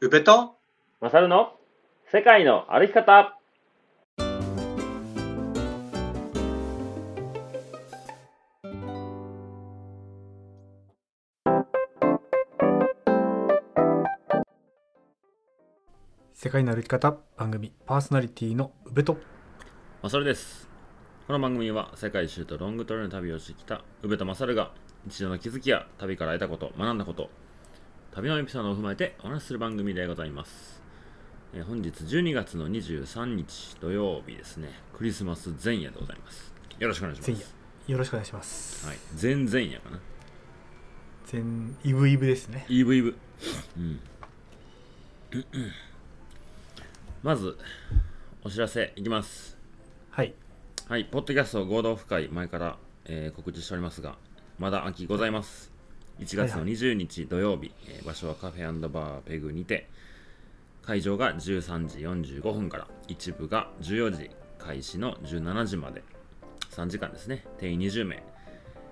うべとマサルの世界の歩き方世界の歩き方番組パーソナリティの宇部とマサルですこの番組は世界一周とロングトレーの旅をしてきた宇部とマサルが日常の気づきや旅から得たこと学んだこと旅のエピソードを踏まえてお話しする番組でございます、えー本日12月の23日土曜日ですねクリスマス前夜でございますよろしくお願いしま前夜すよろしくお願いします、はい、前々夜かな前イブイブですねイブイブうん まずお知らせいきますはいはい、ポッドキャスト合同オフ会、前から、えー告知しておりますが、まだ秋ございます。1月はいのはい20日土曜日、えー場所はカフェバーペグにて、会場が13時45分から、一部が14時、開始の17時まで、3時間ですね、定員20名。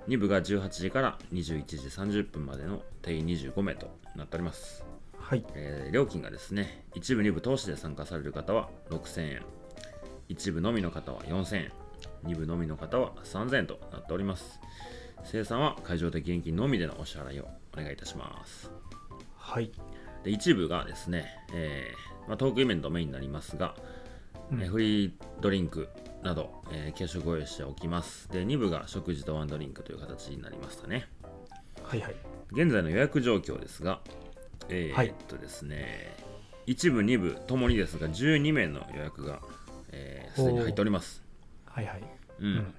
2部が18時から21時30分までの定員25名となっております。はいえー料金がですね一部二部投資で参加される方は6000円一部のみの方は4000円二部のみの方は3000円となっております生産は会場的現金のみでのお支払いをお願いいたしますはいで一部がですね、えーまあ、トークイベントメインになりますが、うんえーフリードリンクなど、えー軽食を用意しておきますで二部が食事とワンドリンクという形になりましたねはいはい現在の予約状況ですが、えーはいえっとですね、一部、二部ともにですが、12名の予約がえーすで、に入っております。はいはい、う、うん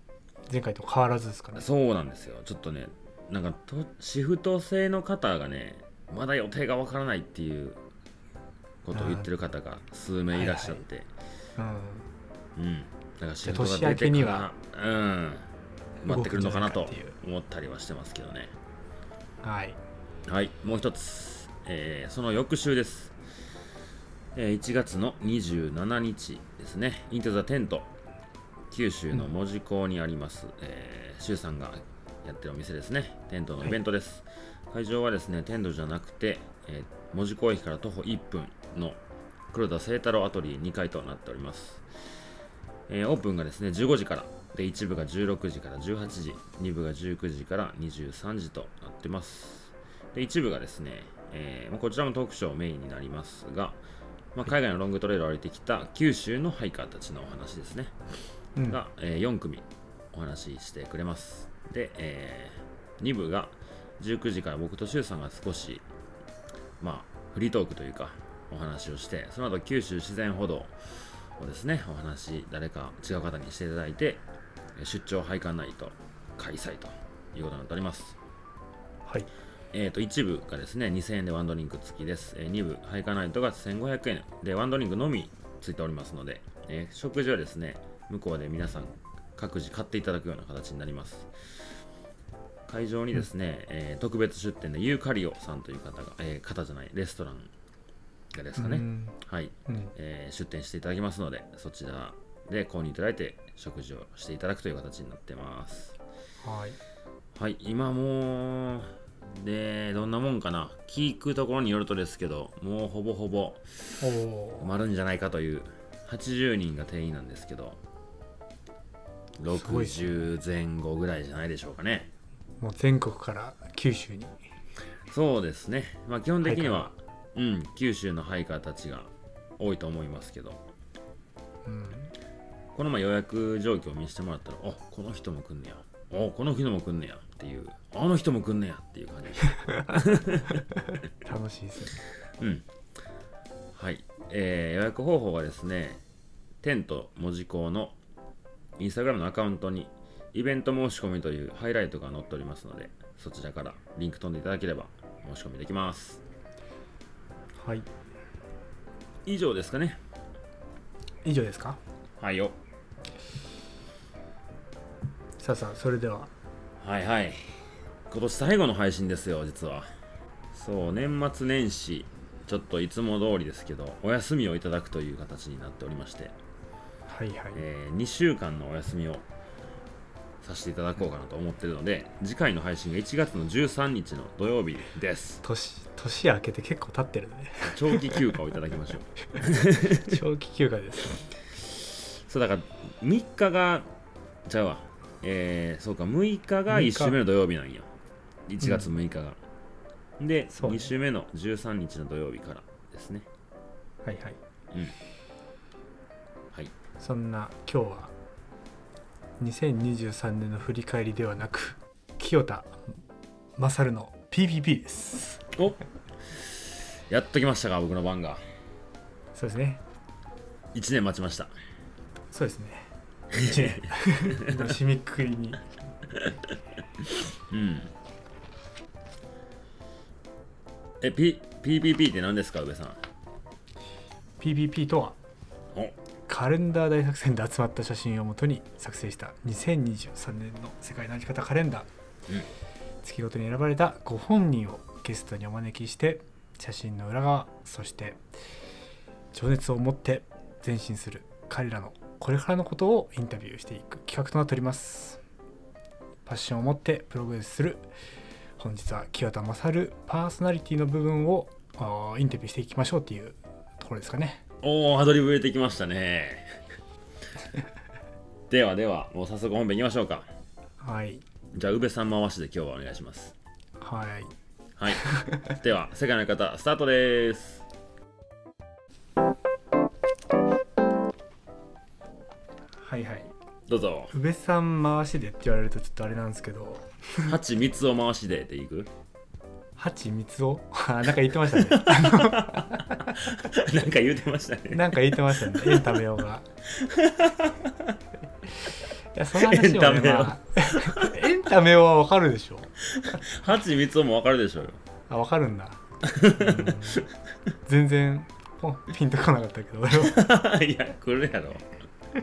前回と変わらずですかねそうなんですよ。ちょっとね、なんかとシフト制の方がね、まだ予定がわからないっていうことを言ってる方が数名いらっしゃって、うんうん、だからシフトが出て年明けかにらは、うん、待ってくるのかな動とくんじゃないか思ったりはしてますけどね。はいはい、もう一つ、えーその翌週です、えー1月の27日ですね、インテザテント、九州の門司港にあります、えー、周さんがやってるお店ですね、テントのイベントです。会場はですね、テントじゃなくて、えー、門司港駅から徒歩1分の黒田清太郎アトリエ2階となっております。えーオープンがですね15時からで1部が16時から18時2部が19時から23時となってますで1部がですね、えーまあこちらもトークショーメインになりますが、まあ、海外のロングトレイルを歩いてきた九州のハイカーたちのお話ですね、うんが、え4組お話ししてくれますで、え2部が19時から僕と周さんが少しまあフリートークというかお話をしてその後九州自然歩道をですねお話誰か違う方にしていただいてえー出張拝観ナイト開催ということになっておりますはいえー、と1部がですね2000円でワンドリンク付きです、え2部ハイカーナイトが1500円でワンドリンクのみついておりますので、えー食事はですね向こうで皆さん各自買っていただくような形になります会場にですね、えー特別出店でユーカリオさんという方が、えー方じゃないレストランがですかね、うんはい、うんえー出店していただきますのでそちらで購入いただいて食事をしていただくという形になってますはいはい今もうでどんなもんかな聞くところによるとですけどもうほぼほぼおお埋まるんじゃないかという80人が定員なんですけどすごいですね60前後ぐらいじゃないでしょうかねもう全国から九州にそうですねまあ基本的には、うん、九州のハイカーたちが多いと思いますけどうんこの前予約状況を見せてもらったら、あこの人も来んねや、あこの人も来んねやっていう、あの人も来んねやっていう感じでした。楽しいですねうん。はい。えー予約方法はですね、テント文字工のインスタグラムのアカウントに、イベント申し込みというハイライトが載っておりますので、そちらからリンク飛んでいただければ申し込みできます。はい以上ですかね。以上ですかはいよ。さあさあそれでははいはい今年最後の配信ですよ実はそう年末年始ちょっといつも通りですけどお休みをいただくという形になっておりまして、はいはいえ2週間のお休みをさせていただこうかなと思ってるので次回の配信が1月の13日の土曜日です年年明けて結構経ってる ね長期休暇をいただき ましょう長期休暇ですそうだから3日がちゃうわえー、そうか6日が1週目の土曜日なんや1月6日が、で、そうね2週目の13日の土曜日からですねはいはいうんはいそんな今日は2023年の振り返りではなく清田勝の PPP ですおやっときましたか僕の番がそうですね1年待ちましたそう ですね1年の締めくくりにうんえ P PPP って何ですか宇部さん PPP とはおカレンダー大作戦で集まった写真をもとに作成した2023年の世界の歩き方カレンダー、うん月ごとに選ばれたご本人をゲストにお招きして写真の裏側そして情熱を持って前進する彼らのこれからのことをインタビューしていく企画となっておりますパッションを持ってプログレスする本日は清田勝パーソナリティの部分をあーインタビューしていきましょうっていうところですかねおーアドリブ入れてきました ねではではもう早速本編いきましょうかはいじゃあ宇部さん回しで今日はお願いしますはいはい では世界の方スタートですはいはいどうぞ宇部さん回しでって言われるとちょっとあれなんですけど蜂蜜を回しでっていく 八三つ をなんか言ってましたねなんか言うてましたねなんか言ってましたねエンタメ用がいやその話エンタをねメ用まあ エンタメ用はわかるでしょ蜂蜜をもわかるでしょうよ あわかるんだ、うん全然ポンピンとこなかったけど俺はいいやこれやろや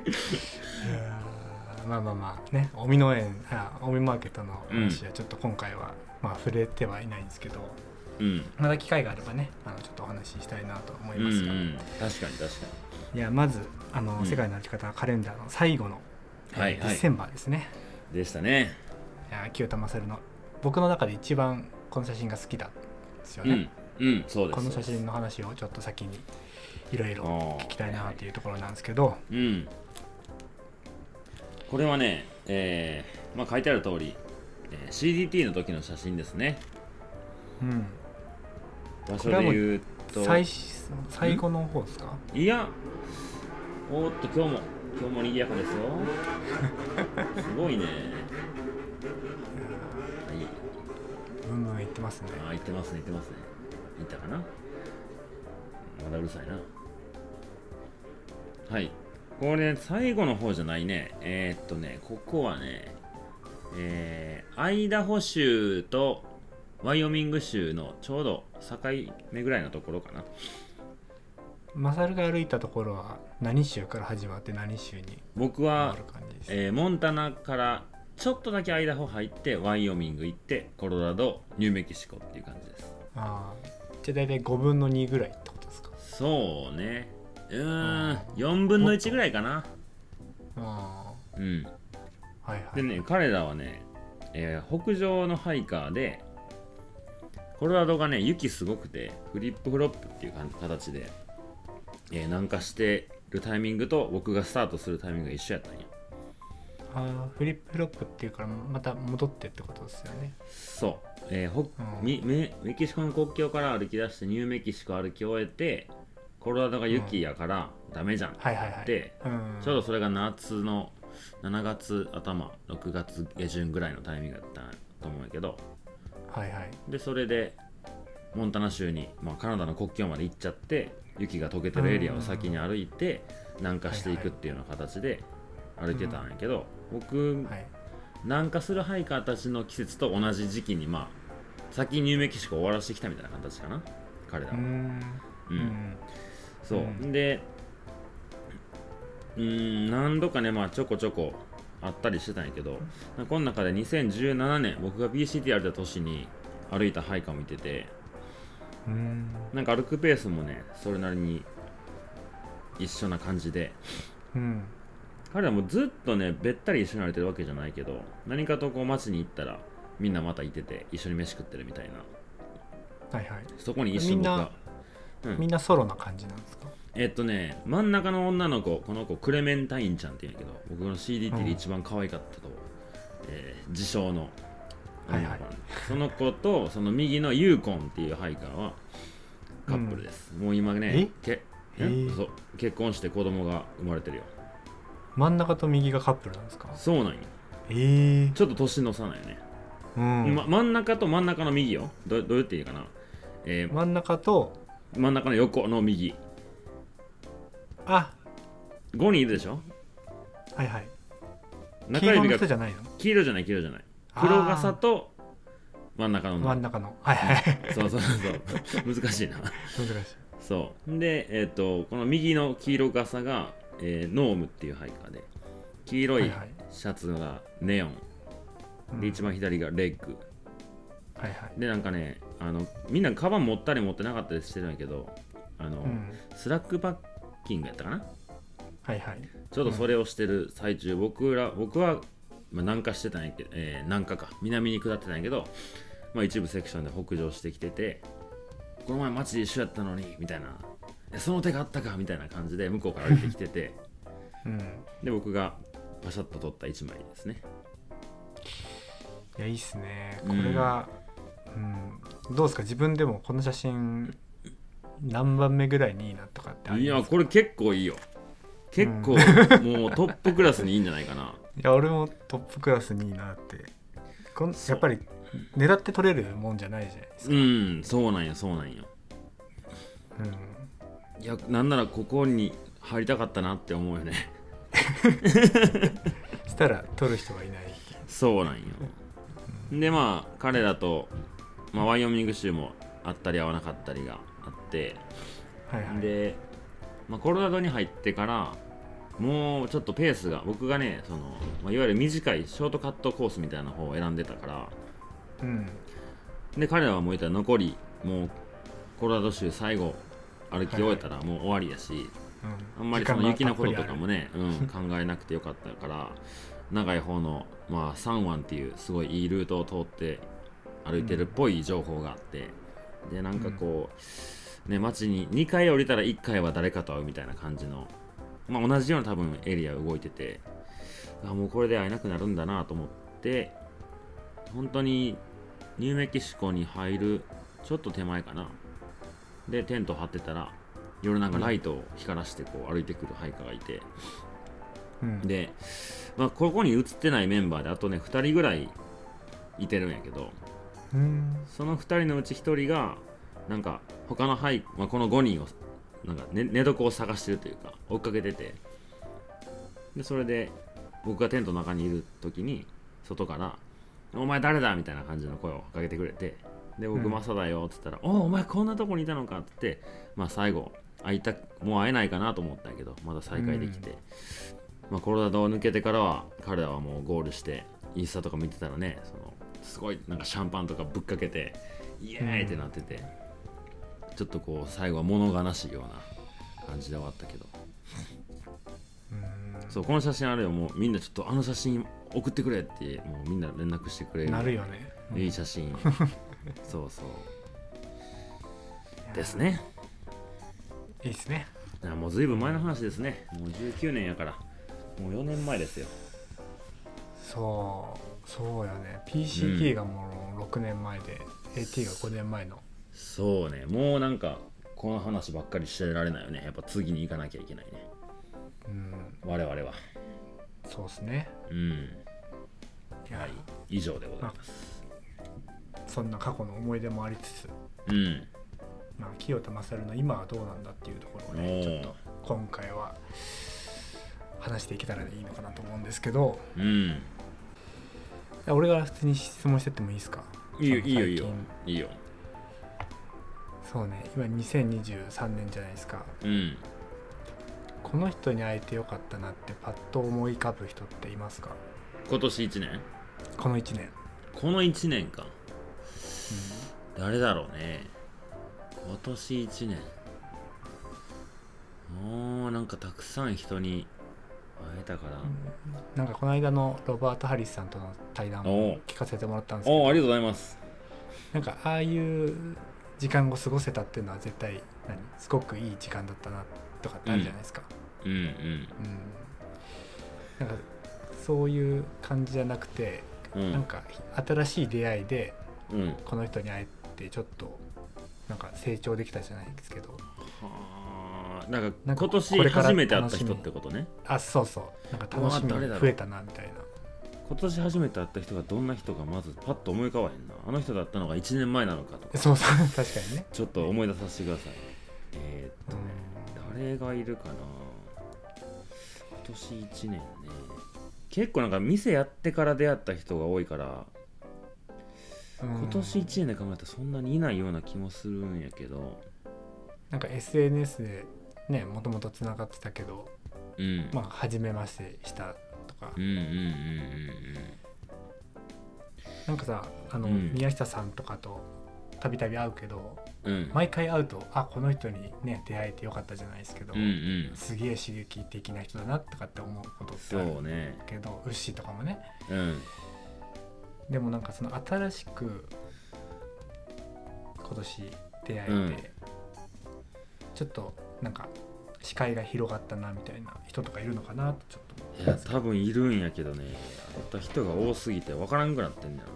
ーまあまあまあね帯の園あ帯マーケットの話はちょっと今回は、まあ触れてはいないんですけどうんまた機会があればねあのちょっとお話ししたいなと思いうんうますが、ん確かに確かいやまずあの、うん世界の歩き方カレンダーの最後の、えーはいはいディセンバーですねにでしたねいや清田勝の僕の中で一番この写真が好きだですようねん、うんそうですこの写そうで真の話をちょっと先にいろいすろ聞きたいなというところなんですけどうん、これはね、えーまあ、書いてある通り、えー CDT の時の写真ですねうん場所で言うと最最後の方ですかいやおーっと今日も今日も賑やかですよすごいねはいブンブン言ってますねあー行ってますね行ってますね行ったかなまだうるさいなはいこれ最後の方じゃないねえーっとねここはねえーアイダホ州とワイオミング州のちょうど境目ぐらいのところかな勝が歩いたところは何州から始まって何州に僕あはる、感じです、えーモンタナからちょっとだけアイダホ入ってワイオミング行ってコロラドニューメキシコっていう感じですあーじゃあ大体5分の2ぐらいってことですかそうねうーんあー4分の1ぐらいかなあうんあはいはいでね彼らはね、えー北上のハイカーでコロラドがね雪すごくてフリップフロップっていうか形で、えー南下してるタイミングと僕がスタートするタイミングが一緒やったんやあーフリップフロップっていうからまた戻ってってことですよねそう、えーほうんみメメキシコの国境から歩き出してニューメキシコ歩き終えてコロラドが雪やからダメじゃん、はいはいはいでうんちょうどそれが夏の7月頭6月下旬ぐらいのタイミングだったと思うんやけどはいはいでそれでモンタナ州に、まあ、カナダの国境まで行っちゃって雪が溶けてるエリアを先に歩いて南下していくっていうような形で歩いてたんやけど、僕はい南下するハイカーたちの季節と同じ時期にまあ先にニューメキシコを終わらしてきたみたいな形かな彼らうは、んううんんそう、うんでうーん何度かねまあちょこちょこあったりしてたんやけどこの中で2017年僕が BCT 歩いた年に歩いたハイカーを見ててうんなんか歩くペースもねそれなりに一緒な感じでうん彼らもずっとねべったり一緒に歩いてるわけじゃないけど何かとこう街に行ったらみんなまたいてて一緒に飯食ってるみたいなはいはいそこに一緒に僕がうんみんなソロな感じなんですかえっとね真ん中の女の子この子クレメンタインちゃんって言うんやけど僕の CDT で一番可愛かったと、えー自称の女の子、はいはその子とその右のユーコンっていうハイカーはカップルです、もう今ねけえーそう結婚して子供が生まれてるよ真ん中と右がカップルなんですかそうなんよええちょっと年の差なんよね、うん、ま、真ん中と真ん中の右よどどう言っていいかな、えー真ん中と真ん中の横の右あ5人いるでしょはいはい黄中色指のが人じゃないの黄色じゃない黄色じゃないあー黒傘と真ん中の真ん女中のはいはいそうそうそう難しいな 難しいそうんでえっ、とこの右の黄色傘が、えーノームっていうハイカーで黄色はいいはいシャツがネオン、うんで一番左がレッグはいはいでなんかねあのみんなカバン持ったり持ってなかったりしてるんやけどあの、うんスラックパッキングやったかなはいはいちょうどそれをしてる最中、僕ら僕は、まあ、南下してたんやけど、えー南下か南に下ってたんやけど、まあ、一部セクションで北上してきててこの前街で一緒やったのにみたいなえその手があったかみたいな感じで向こうから歩いてきててうんで僕がパシャッと撮った一枚ですねいやいいっすねうこんれがうん、どうですか自分でもこの写真何番目ぐらいにいいなとかってあいりやますかこれ結構いいよ結構、 もうトップクラスにいいんじゃないかないや俺もトップクラスにいいなってこんそうやっぱり狙って取れるもんじゃないじゃないでうすか、んそうなんよそうなんようんいやなんならここに入りたかったなって思うよねそしたら取る人がいないっていうそうなんよでまあ彼らと、まあ、ワイオミング州もあったり合わなかったりがあってはいはいで、まあ、コロラドに入ってからもうちょっとペースが僕がねその、まあ、いわゆる短いショートカットコースみたいな方を選んでたからうんで彼らはもういたら残りもうコロラド州最後歩き終えたらもう終わりやし、あんまりその雪のこととかもねね、うん、 考えなくてよかったから長い方の、まあ、三湾っていうすごいいいルートを通って歩いてるっぽい情報があって、でなんかこう、ね街に2回降りたら1回は誰かと会うみたいな感じの、まあ、同じような多分エリア動いててあもうこれで会えなくなるんだなと思って本当にニューメキシコに入るちょっと手前かなでテント張ってたら夜なんかライトを光らしてこう歩いてくる配下がいてうんで、まあ、ここに映ってないメンバーであとね2人ぐらいいてるんやけどうんその2人のうち1人がなんか他の配、まあ、この5人をなんか、ね、寝床を探してるというか追っかけててでそれで僕がテントの中にいる時に外から「お前誰だ?」みたいな感じの声をかけてくれてで僕「うんマサだよ」っつったら「おおお前こんなとこにいたのか」っつって、まあ、最後会いたもう会えないかなと思ったんやけどまだ再会できて、まあ、コロナ禍を抜けてからは彼らはもうゴールしてインスタとか見てたらねそのすごいなんかシャンパンとかぶっかけてイエーイってなってて、ちょっとこう最後は物悲しいような感じで終わったけどうんそうこの写真あれよもうみんなちょっとあの写真送ってくれってもうみんな連絡してくれるなるよねいい写 真そうそうですねねいいですねいやもうずいぶん前の話ですねもう19年やからもう4年前ですよそうそうよねう PCT がもう6年前で、AT が5年前のそうねもうなんかこの話ばっかりしてられないよねやっぱ次に行かなきゃいけないねうん我々はそうですねうんははい以上でございますそんな過去の思い出もありつつ、うんまあ、清田勝の今はどうなんだっていうところおをねちょっーと今回は話していけたらいいのかなと思うんですけどうん俺が普通に質問してってもいいですかいいよそのいいよいいよい最近いよそうね今2023年じゃないですかうんこの人に会えてよかったなってパッと思い浮かぶ人っていますか今年1年この1年、この1年か誰だろうね今年1年もうなんかたくさん人に会えたかな、なんかこの間のロバート・ハリスさんとの対談おをう聞かせてもらったんですけおおどありがとうございますなんかああいう時間を過ごせたっていうのは絶対何すごくいい時間だったなとかってあるじゃないですか、うんうんうんなんかそういう感じじゃなくて、うなんんか新しい出会いでうんこの人に会えてちょっとなんか成長できたじゃないですけどはーなんかな今んかこ年れから初めて会った人ってことねあそうそうなんか楽しみうわ誰だろがう増えたなみたいな今年初めて会った人がどんな人かまずパッと思い浮かばへんなあの人だったのが1年前なのかとかそうそう確かにね、ちょっと思い出させてくださいえーっうとね誰んがいるかな今年1年ね結構なんか店やってから出会った人が多いからうん今年1年で考えたらそんなにいないような気もするんやけどなんか SNS でねもともとつながってたけどうんまあ初めましてしたとか、うんうんうんなんかさあの、うん宮下さんとかとたびたび会うけどうんうん毎回会うとあこの人にね出会えてよかったじゃないですけど、うんうんすげえ刺激的な人だなとかって思うことってあるそうねけどウッシーとかもねうんでもなんかその新しく今年出会えて、うんちょっとなんか視界が広がったなみたいな人とかいるのかなとちょっと思いや多分いるんやけどね会った人が多すぎて分からんくなってんだよ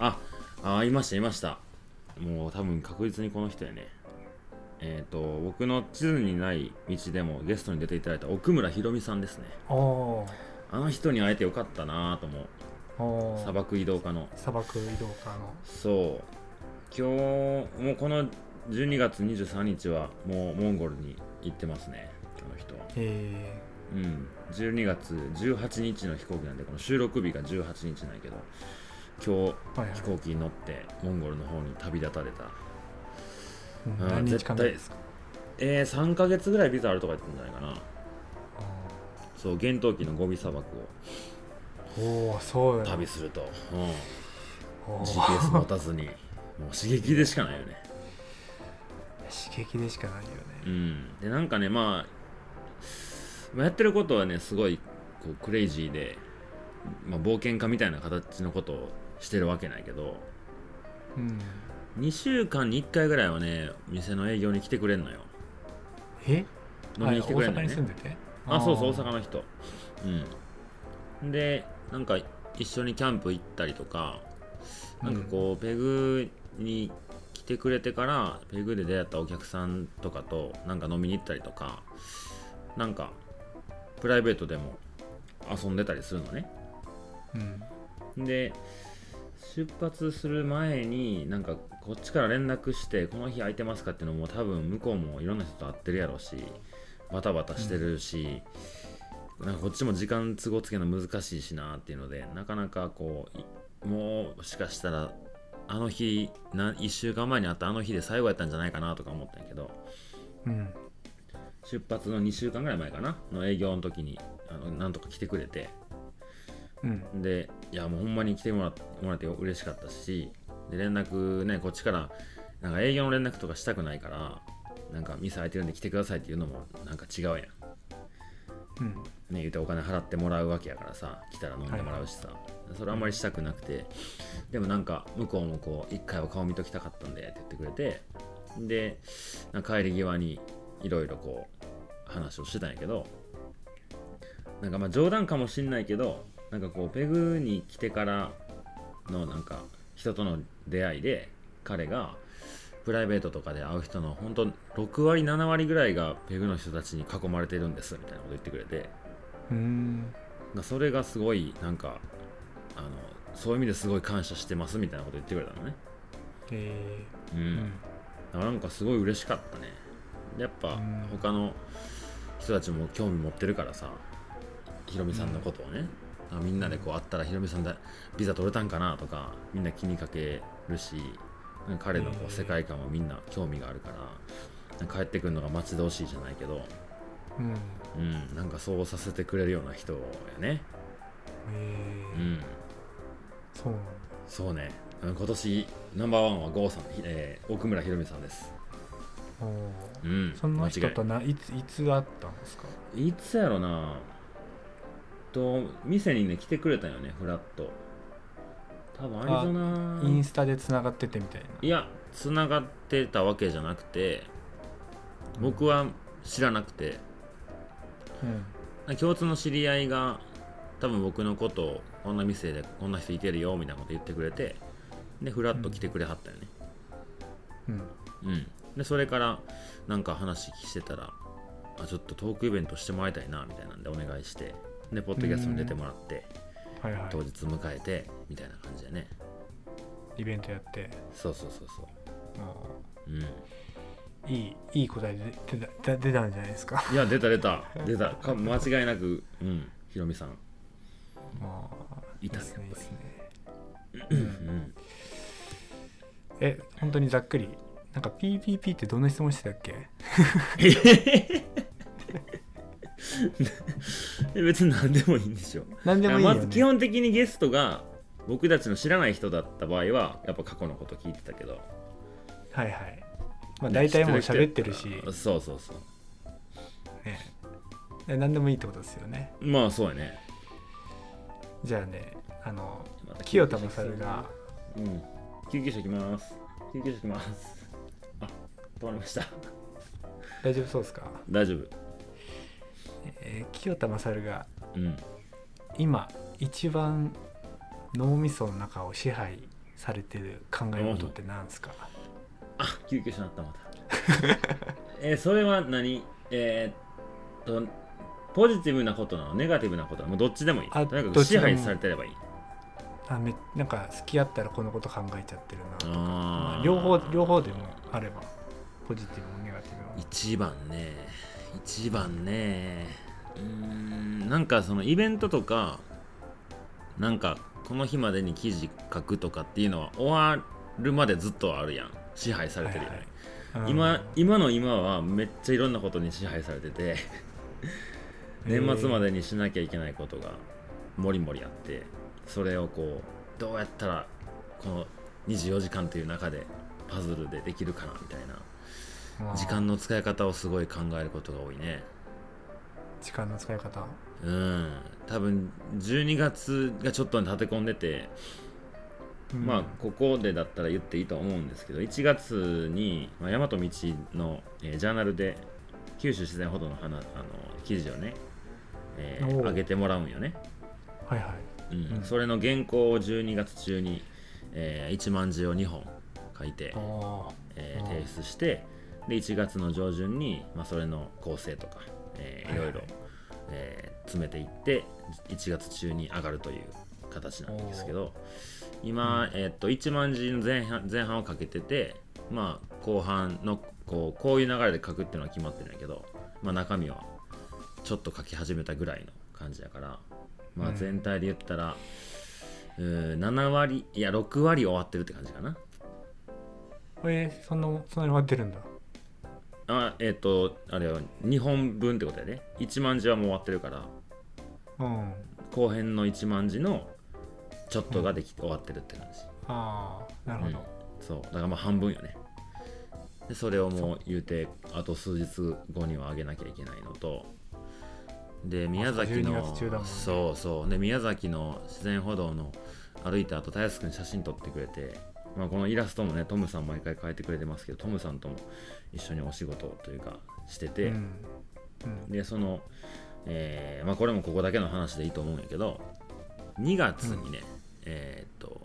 なああいましたいましたもう多分確実にこの人やねえっ、と僕の地図にない道でもゲストに出ていただいた奥村ひろみさんですねおあの人に会えてよかったなぁと思うーおー砂漠移動家の砂漠移動家のそう今日もうこの12月23日はもうモンゴルに行ってますねあの人はえうん、12月18日の飛行機なんでこの収録日が18日なんやけど今ーはいは日い飛行機に乗ってモンゴルの方に旅立たれたうんうん何日間ぐらいですかえー、3ヶ月ぐらいビザあるとか言ってんじゃないかなそう厳冬期のゴビ砂漠をおおーそうだ旅すると、うん、おー GPS 持たずにもう刺激でしかないよね刺激でしかないようねんでなんかねまあまあやってることはねすごいこうクレイジーで、まあ、冒険家みたいな形のことをしてるわけないけどうん2週間に1回ぐらいはね店の営業に来てくれんのよえ飲みに来てくれんのはいよ大阪にね住んでてあそうそう大阪のの人うんでなんか一緒にキャンプ行ったりとかなんかこうペグに来てくれてからペグで出会ったお客さんとかとなんか飲みに行ったりとかなんかプライベートでも遊んでたりするのねうんで出発する前になんかこっちから連絡してこの日空いてますかっていうのも多分向こうもいろんな人と会ってるやろうしバタバタしてるし、なんかこっちも時間都合つけるの難しいしなっていうのでなかなかこういもしかしたらあの日な1週間前に会ったあの日で最後やったんじゃないかなとか思ったんやけどうん出発の2週間ぐらい前かなの営業の時にあのなんとか来てくれて。うんでいやもうほんまに来てもらもらって嬉しかったしで連絡ねこっちからなんか営業の連絡とかしたくないからなんか店空いてるんで来てくださいっていうのもなんか違うやんねうん言うてお金払ってもらうわけやからさ来たら飲んでもらうしさ、それあんまりしたくなくてでもなんか向こうもこう一回は顔見ときたかったんでって言ってくれてでなんか帰り際にいろいろこう話をしてたんやけどなんかまあ冗談かもしんないけどなんかこうペグに来てからのなんか人との出会いで彼がプライベートとかで会う人の本当6割7割ぐらいがペグの人たちに囲まれてるんですみたいなこと言ってくれてうんまあそれがすごいなんかあのそういう意味ですごい感謝してますみたいなこと言ってくれたのねえうん、ーだからなんかすごい嬉しかったねやっぱうん他の人たちも興味持ってるからさひろみさんのことをね、あみんなでこう会ったらひろみさんだビザ取れたんかなとかみんな気にかけるしなんか彼のこうんう世界観もみんな興味があるからなんか帰ってくるのが待ち遠しいじゃないけど、うんうん、なんかそうさせてくれるような人やね、えうーん、そうなんだそうねうん今年ナンバーワンは郷さん、ひえー奥村ひろみさんです、おーうん、その間人違いとないついつ会ったんですかいつやろなと店にね来てくれたよねフラット多分アリゾナインスタでつながっててみたいないやつながってたわけじゃなくて僕は知らなくてうん共通の知り合いが多分僕のことをこんな店でこんな人いてるよみたいなこと言ってくれてでフラッと来てくれはったよねうんうん、でそれからなんか話してたらあちょっとトークイベントしてもらいたいなみたいなんでお願いしてでポッドキャストに出てもらってはいは当日迎えてみたいな感じだねいイベントやってそうそうそうそうもうんういいいい答え出てた出たんじゃないですかいや出た出た出たか間違いなくうんひろみさんもういたねですねいいですねうんえ本当にざっくりなんか PPP ってどんな質問してたっけえ別に何でもいいんでしょ何でもいいよ、まね、ず基本的にゲストが僕たちの知らない人だった場合はやっぱ過去のこと聞いてたけどはいはいまあ大体もう喋ってるしそうそうそうねで何でもいいってことですよねまあそうやねじゃあねあのまた清田勝がうん救急車来ます救急車来ますあ止まりました大丈夫そうですか、大丈夫えー清田勝がうん今一番脳みその中を支配されてる考え事って何ですかあ救急車なったまた えーそれは何えーっとポジティブなことなのネガティブなことなのもうどっちでもいいとあにかくどっち支でも配されてればいいあめなんか付き合ったらこのこと考えちゃってるなまああー両方両方でもあればポジティブもネガティブも一番ね一番ねうーんなんかそのイベントとかなんかこの日までに記事書くとかっていうのは終わるまでずっとあるやん支配されてるよね、はいはい今今の今はめっちゃいろんなことに支配されて て年末ま、でにしなきゃいけないことがもりもりあってそれをこうどうやったらこの24時間という中でパズルでできるかなみたいなうんまあ時間の使い方をすごい考えることが多いね時間の使い方うん多分12月がちょっと立て込んでて、うんまあここでだったら言っていいと思うんですけど1月に、まあ、大和道の、えージャーナルで九州自然保護の話あの記事をね、えーおう上げてもらうんよねはいはいうんうんそれの原稿を12月中に、え1万字を2本書いてあ、ーえーうん提出してで1月の上旬に、まあ、それの構成とか、えーはいいはいろいろ、えー詰めていって1月中に上がるという形なんですけど今、えーっと1万字の前半前半をかけてて、まあ、後半のこうこういう流れで書くっていうのは決まってるんやけど、まあ、中身はちょっと書き始めたぐらいの感じだから、まうあ、ん全体で言ったら、うー7割いや6割終わってるって感じかな。えーそんなそんなに終わってるんだあえっ、とあれは2本分ってことやね1万字はもう終わってるからうん後編の1万字のちょっとができ、終わってるって感じああなるほど、そうだからまあ半分よねでそれをもう言うてあと数日後には上げなきゃいけないのとで宮崎の12月中だもんねそうそうで宮崎の自然歩道の歩いた後たやすくん写真撮ってくれて、まあ、このイラストもねトムさん毎回描いてくれてますけどトムさんとも一緒にお仕事というかしてて、うんうんでその、えーまあ、これもここだけの話でいいと思うんやけど2月にね、えーっと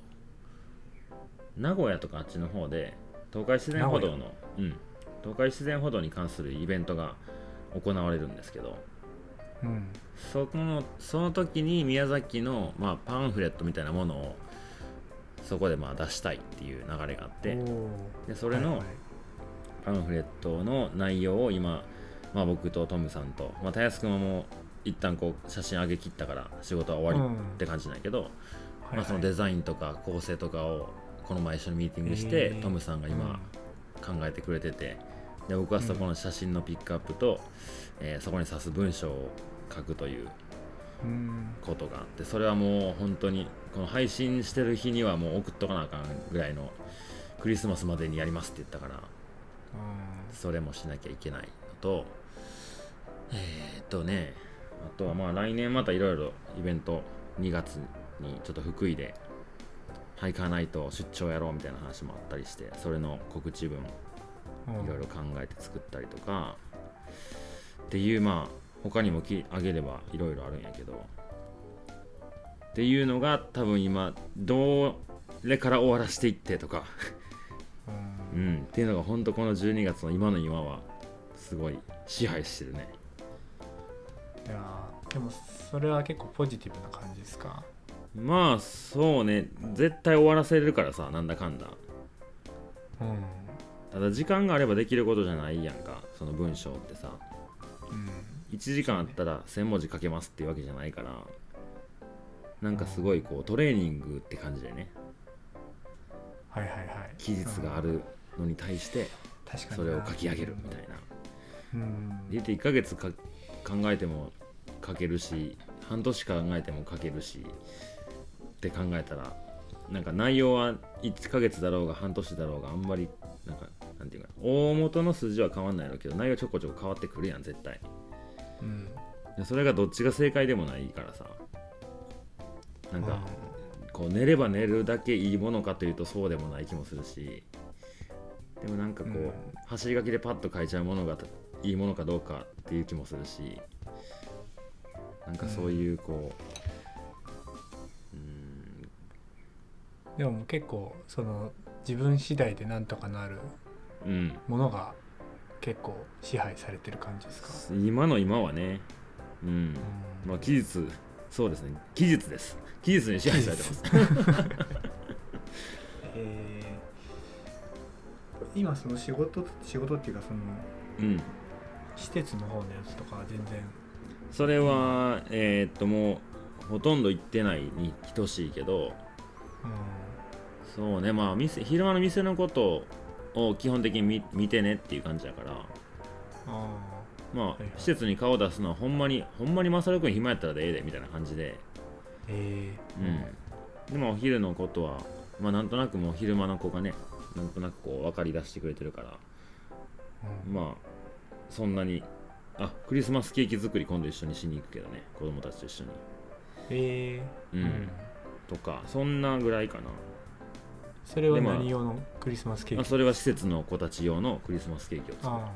名古屋とかあっちの方で東海自然歩道の、うん、東海自然歩道に関するイベントが行われるんですけどうんそこのその時に宮崎の、まあ、パンフレットみたいなものをそこでまあ出したいっていう流れがあっておーでそれの、はいはいパンフレットの内容を今、まあ、僕とトムさんと、まあ、たやすくんはもう一旦こう写真上げきったから仕事は終わりって感じなんやけど、はいまはあ、いそのデザインとか構成とかをこの前一緒にミーティングして、えートムさんが今考えてくれてて、で僕はそこの写真のピックアップと、えーそこに指す文章を書くといううんうんことがあってそれはもう本当にこの配信してる日にはもう送っとかなあかんぐらいのクリスマスまでにやりますって言ったから。それもしなきゃいけないのと、えーっとね、あとはまあ来年またいろいろイベント2月にちょっと福井でハイカーナイト出張やろうみたいな話もあったりしてそれの告知文うんいろいろ考えて作ったりとかっていうまあ他にもきあげればいろいろあるんやけどっていうのが多分今どれから終わらしていってとか、うんうん、っていうのが本当この12月の今の今はすごい支配してるねいやーでもそれは結構ポジティブな感じですかまあそうね絶対終わらせれるからさなんだかんだうんうんただ時間があればできることじゃないやんかその文章ってさ1時間あったら1,000文字書けますっていうわけじゃないからなんかすごいこうトレーニングって感じでねはいはいはい期日があうんるのに対して確かにそなれを書き上げるみたいな。うんで1ヶ月か考えても書けるし半年考えても書けるしって考えたらなんか内容は1ヶ月だろうが半年だろうがあんまりなんかなんていうか大元の数字は変わんないのけど内容ちょこちょこ変わってくるやん絶対うんでそれがどっちが正解でもないからさななんかこう寝れば寝るだけいいものかというとそうでもない気もするしでもなんかこう、うん走り書きでパッと書いちゃうものがいいものかどうかっていう気もするしなんかそういうこううんでも結構その自分次第でなんとかなるうんものが結構支配されてる感じですか、今の今はねうんうんまあ期日そうですね期日です期日に支配されてますえー今その仕事仕事っていうかそのうん施設の方のやつとかは全然それはえーっともうほとんど行ってないに等しいけどそうねまあ店昼間の店のことを基本的に見見てねっていう感じだからうんあまはあいはい施設に顔を出すのはほんまにほんまにマサル君暇やったらでええでみたいな感じでーえうんでもお昼のことはまあなんとなくもう昼間の子がねなんとなくこう分かりだしてくれてるからーうんまあそんなにあクリスマスケーキ作り今度一緒にしに行くけどね子供たちと一緒にえーうん、とかそんなぐらいかなそれはでまあ何用のクリスマスケーあキそれは施設の子たち用のクリスマスケーキを作るあー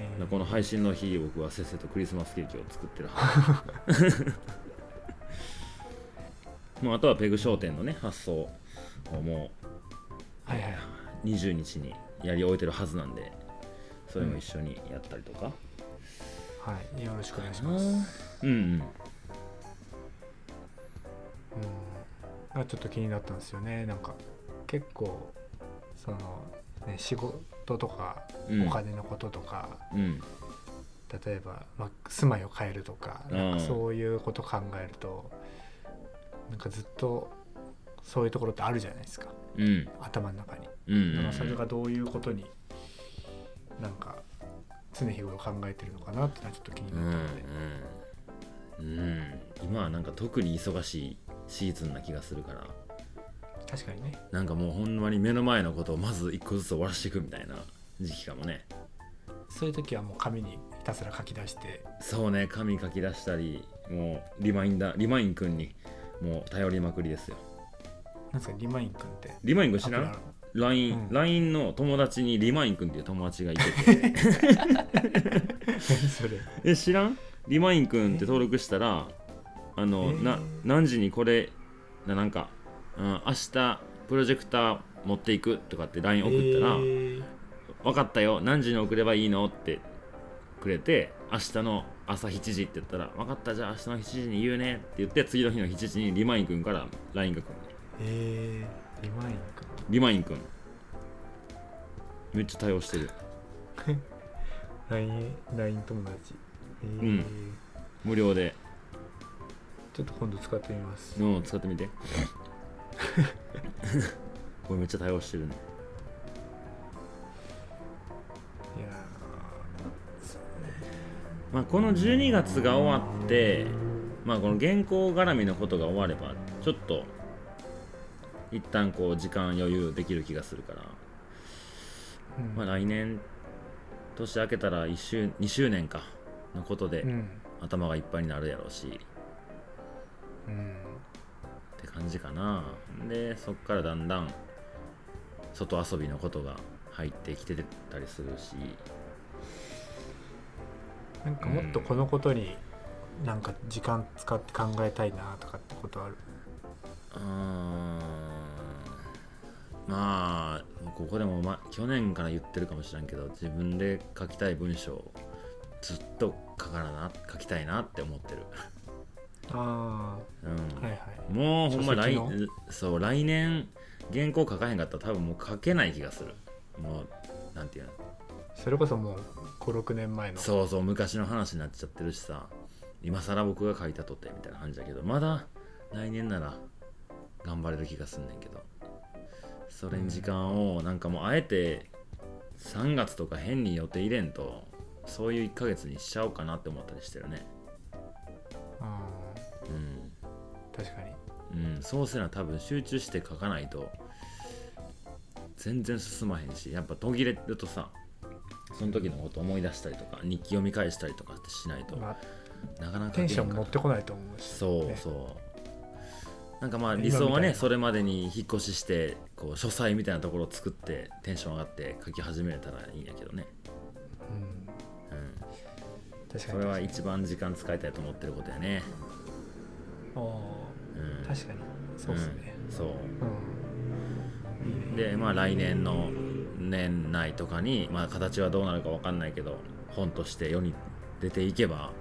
えーこの配信の日僕はせっせとクリスマスケーキを作ってる もうあとはペグ商店のね発送をもはいはいはいう20日にやり終えてるはずなんでそれも一緒にやったりとか、はいよろしくお願いします、うん、うん、うんあちょっと気になったんですよねなんか結構その、ね、仕事とかうんお金のこととか、うん例えば、まあ、住まいを変えるとかうんなんかそういうこと考えると、なんかずっとそういうところってあるじゃないですかうん頭の中に。うんうんだからそれがどういうことになんか常日頃考えてるのかなってのはちょっと気にうんなったので、うんうん今はなんか特に忙しいシーズンな気がするから確かにねなんかもうほんまに目の前のことをまず一個ずつ終わらしていくみたいな時期かもねそういう時はもう紙にひたすら書き出してそうね紙書き出したりもうリマインダーリマイン君にもう頼りまくりですよなんですかリマイン君ってリマイン君知らアんプ ?LINE、うん LINE の友達にリマイン君っていう友達 がいててリあ る何それえ知らんリマイン君って登録したらあの、えーな何時にこれななんか、うん、明日プロジェクター持っていくとかって LINE 送ったら、えー分かったよ何時に送ればいいのってくれて明日の朝7時って言ったら分かったじゃあ明日の7時に言うねって言って次の日の7時にリマイン君から LINE が来るえーリマイン君リマイン君めっちゃ対応してる LINE, LINE 友達、えーうん無料でちょっと今度使ってみます、うん使ってみて これめっちゃ対応してるねいやーそうねまあこの12月が終わってまあこの原稿絡みのことが終わればちょっと一旦こう時間余裕できる気がするからうんまあ、来年年明けたら1周2周年かのことで、うん頭がいっぱいになるやろうしっうんて感じかなでそっからだんだん外遊びのことが入ってきてたりするしなんかもっとこのことになんか時間使って考えたいなとかってことあるうーんまあここでも、ま、去年から言ってるかもしれんけど自分で書きたい文章をずっと書かなな書きたいなって思ってる、あうんあはいはいもうほんま書来籍のそう来年原稿書かへんかったら多分もう書けない気がするもうなんていうのそれこそもう56年前のそうそう昔の話になっちゃってるしさ今更僕が書いたとってみたいな感じだけどまだ来年なら頑張れる気がすんねんけどそれに時間をなんかもうあえて3月とか変に予定入れんとそういう1ヶ月にしちゃおうかなって思ったりしてるねうんう確かにん、うん、そうせな多分集中して書かないと全然進まへんしやっぱ途切れるとさその時のこと思い出したりとか日記読み返したりとかってしないとまあなかなかテンション出んも乗かってこないと思うしそうねそうなんかまあ今理想はみたいねなそれまでに引っ越ししてこう書斎みたいなところを作ってテンション上がって書き始めたらいいんやけどね、うんうん、確かそにれは一番時間使いたいと思ってることやね、おうん、ー確かにそうっすねうんそうん、いいうねでまあ来年の年内とかにまあ形はどうなるかわかんないけど本として世に出ていけば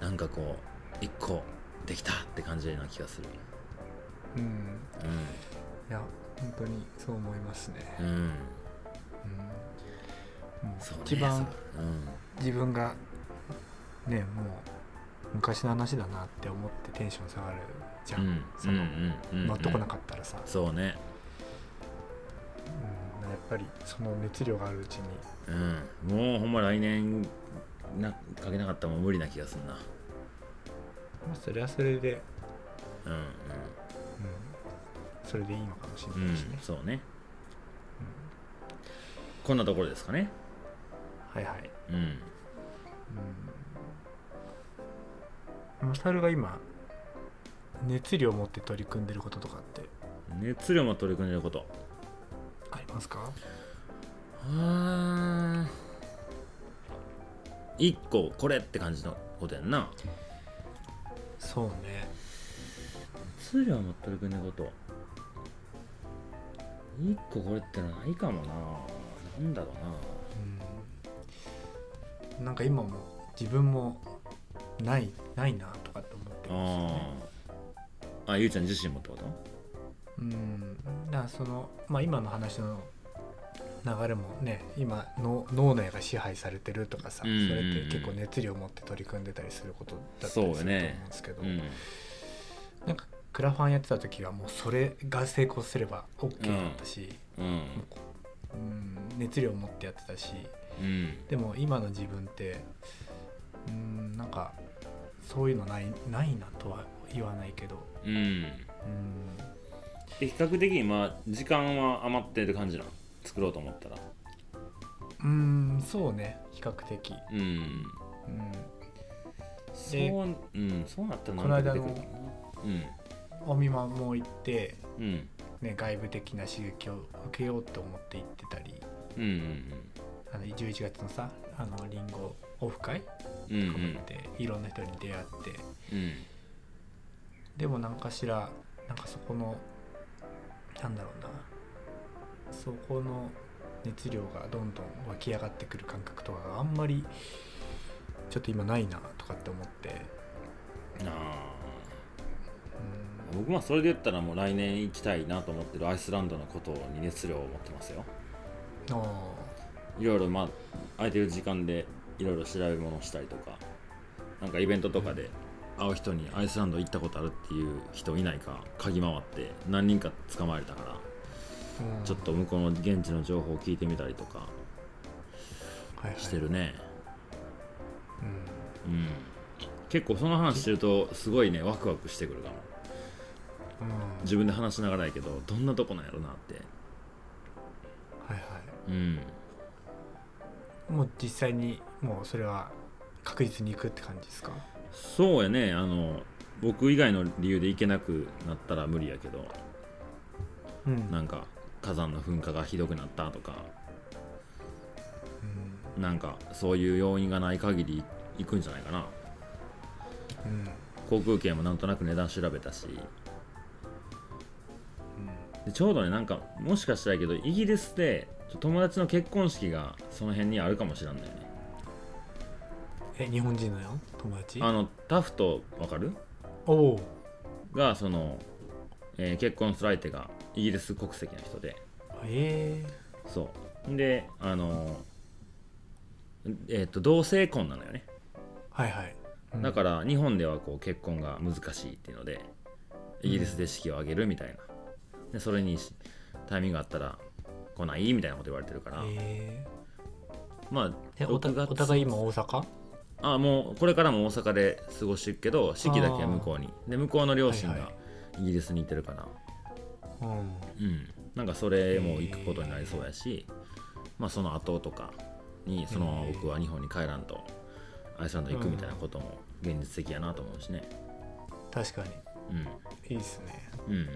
なんかこう一個できたって感じな気がするうんうんいや本当にそう思いますね、うんうんもうそうね一番そううん自分がねもう昔の話だなって思ってテンション下がるじゃん、うんその、うんうんうん乗ってこなっかったらさ、たそうねうんやっぱりその熱量があるうちにうんもうほんま来年なかけなかったらもう無理な気がすんなまあそれはそれで、うんうんうん、それでいいのかもしれうないんしね、そうねこんなところですかねうんはいはい、うんうん、マサルが今熱量を持って取り組んでることとかって熱量も取り組んでることありますかあ一個これって感じのことやんなそうね熱量も取り組んでること一個これってのはないかもななんだろうなうんなんか今も自分もないないなとかって思ってますよあねーあゆうちゃん自身もってことうんだからその、まあ、今の話の流れもね今の脳内が支配されてるとかさ、うんうんうんそれって結構熱量を持って取り組んでたりすることだったりすると思そううんよねですけど、うんなんかクラファンやってた時はもうそれが成功すれば OK だったし、うんうん、熱量を持ってやってたしうんでも今の自分ってうんなんかそういうのないないなとは言わないけどうんうん比較的今時間は余ってる感じなの作ろうと思ったらうんそうね比較的、うんうん、そうでうんそうなったらこの間のなんか出てくるかお見まも行って、なうんうんね、外部的な刺激を受けようと思って行ってたりうんうんあの11月のさあのリンゴオフ会うんうんとかも行って、いろんな人に出会ってうんでも何かしらなんかそこのなんだろうなそこの熱量がどんどん湧き上がってくる感覚とかがあんまりちょっと今ないなとかって思ってなあうん僕はそれで言ったらもう来年行きたいなと思ってるアイスランドのことに熱量を持ってますよあいろいろまあ空いてる時間でいろいろ調べ物をしたりとかなんかイベントとかで会う人にアイスランド行ったことあるっていう人いないか嗅ぎ回って何人か捕まえたからーうんちょっと向こうの現地の情報を聞いてみたりとかはいはいしてるね、うんうん、結構その話してるとすごいねワクワクしてくるかもうん自分で話しながらやけどどんなとこなんやろなってはいはいうんもう実際にもうそれは確実に行くって感じですかそうやねあの僕以外の理由で行けなくなったら無理やけどうんなんか火山の噴火がひどくなったとかなんかそういう要因がない限り行くんじゃないかなうんうん航空券もなんとなく値段調べたしでちょうどねなんかもしかしたらやけどイギリスでちょ友達の結婚式がその辺にあるかもしれないねえ日本人のよ友達あのタフトわかるおおがその、えー結婚する相手がイギリス国籍の人でえそうであのえっと同性婚なのよねえはいはい、うんだから日本ではこう結婚が難しいっていうのでイギリスで式を挙げるみたいなでそれにしタイミングがあったら来ないみたいなこと言われてるから、えまあええおた6月お互い今大阪あもうこれからも大阪で過ごしていくけど式だけは向こうにで向こうの両親はいはがイギリスに行ってるから、うんうんなんかそれも行くことになりそうやし、まあその後とかにそのまま僕は日本に帰らんとアイスランド行くみたいなことも現実的やなと思うしね確かにうんいいっすねうんうん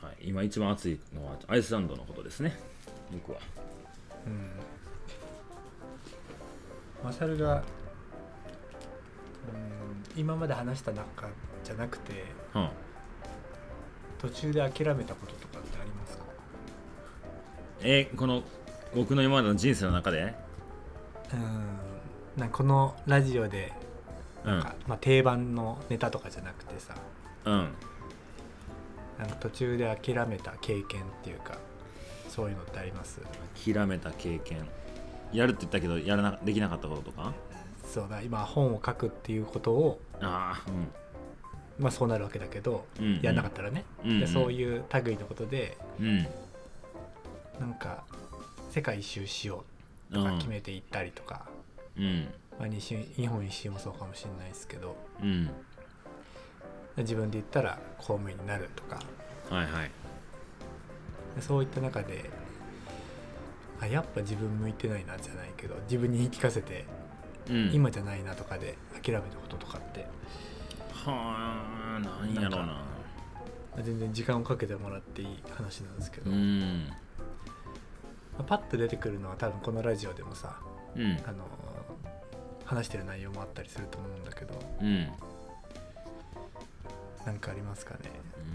はい、今一番熱いのはアイスランドのことですね僕はうん、うん、マサルが、うん、今まで話した中じゃなくてはあ途中で諦めたこととかってありますかえーこの僕の今までの人生の中で、うんなんかこのラジオでうなんんか、まあ、定番のネタとかじゃなくてさうん、なんか途中で諦めた経験っていうかそういうのってあります諦めた経験やるって言ったけどやらなできなかったこととかそうだ今本を書くっていうことをああまあそうなるわけだけど、うんうんうんやんなかったらね、うんうんでそういう類のことでうんなんか世界一周しよううとんか決めていったりとか、うんまあ、二周日本一周もそうかもしれないですけどうん自分で言ったら公務員になるとかはいはいでそういった中であやっぱ自分向いてないなじゃないけど自分に言い聞かせて、うん今じゃないなとかで諦めたこととかってはあなんやろうななん全然時間をかけてもらっていい話なんですけうど、まんあパッと出てくるのは多分このラジオでもさうんあの話してる内容もあったりすると思うんだけどうんなんかありますかね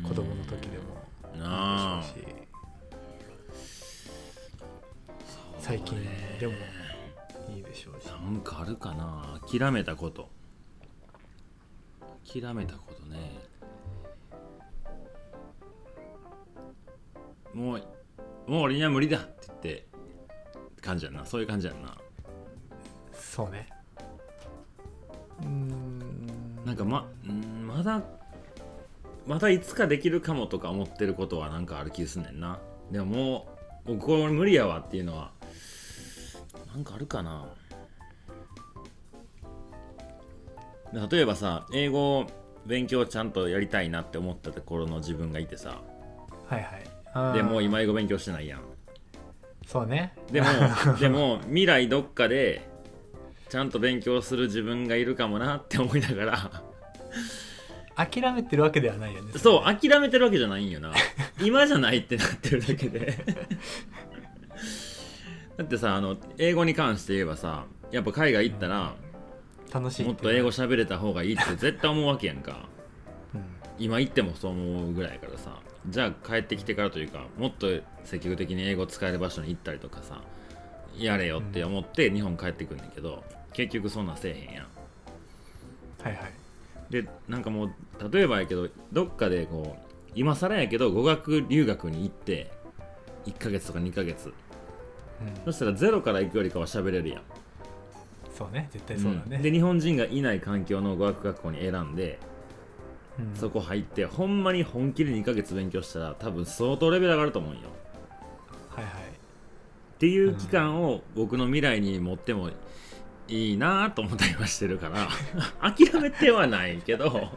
うん子供の時でもなあいいでしょうし最近でもいいでしょうしなんかあるかな諦めたこと諦めたことねもうもう俺には無理だって言ってって感じやんなそういう感じやんなそうねうーんなんかまうんまだまたいつかできるかもとか思ってることはなんかある気すんねんなでももう僕これ無理やわっていうのはなんかあるかな例えばさ英語を勉強ちゃんとやりたいなって思ったところの自分がいてさはいはいあーでもう今英語勉強してないやんそうねでもでも未来どっかでちゃんと勉強する自分がいるかもなって思いながら諦めてるわけではないよねそう、れね諦めてるわけじゃないんよ な。今じゃないってなってるだけで。 だってさ、あの、英語に関して言えばさ、やっぱ海外行ったら、楽しいもっていとう英語喋れた方がいいって 絶対思うわけやんか。うん今行ってもそう思うぐらいやからさ。じゃあ帰ってきてからというか、もっと積極的に英語使える場所に行ったりとかさ、やれよって思って日本帰ってくんだけど、結局そんなんせえへんやん。はいはいでなんかもう例えばやけどどっかでこう今更やけど語学留学に行って1ヶ月とか2ヶ月うそしたらゼロから行くよりかは喋れるやんんそうね絶対そうだうんでね日本人がいない環境の語学学校に選んでうんそこ入ってほんまに本気で2ヶ月勉強したら多分相当レベル上がると思うんよはいはいっていう期間を僕の未来に持ってもいいな ぁと思ったりはしてるから諦めてはないけど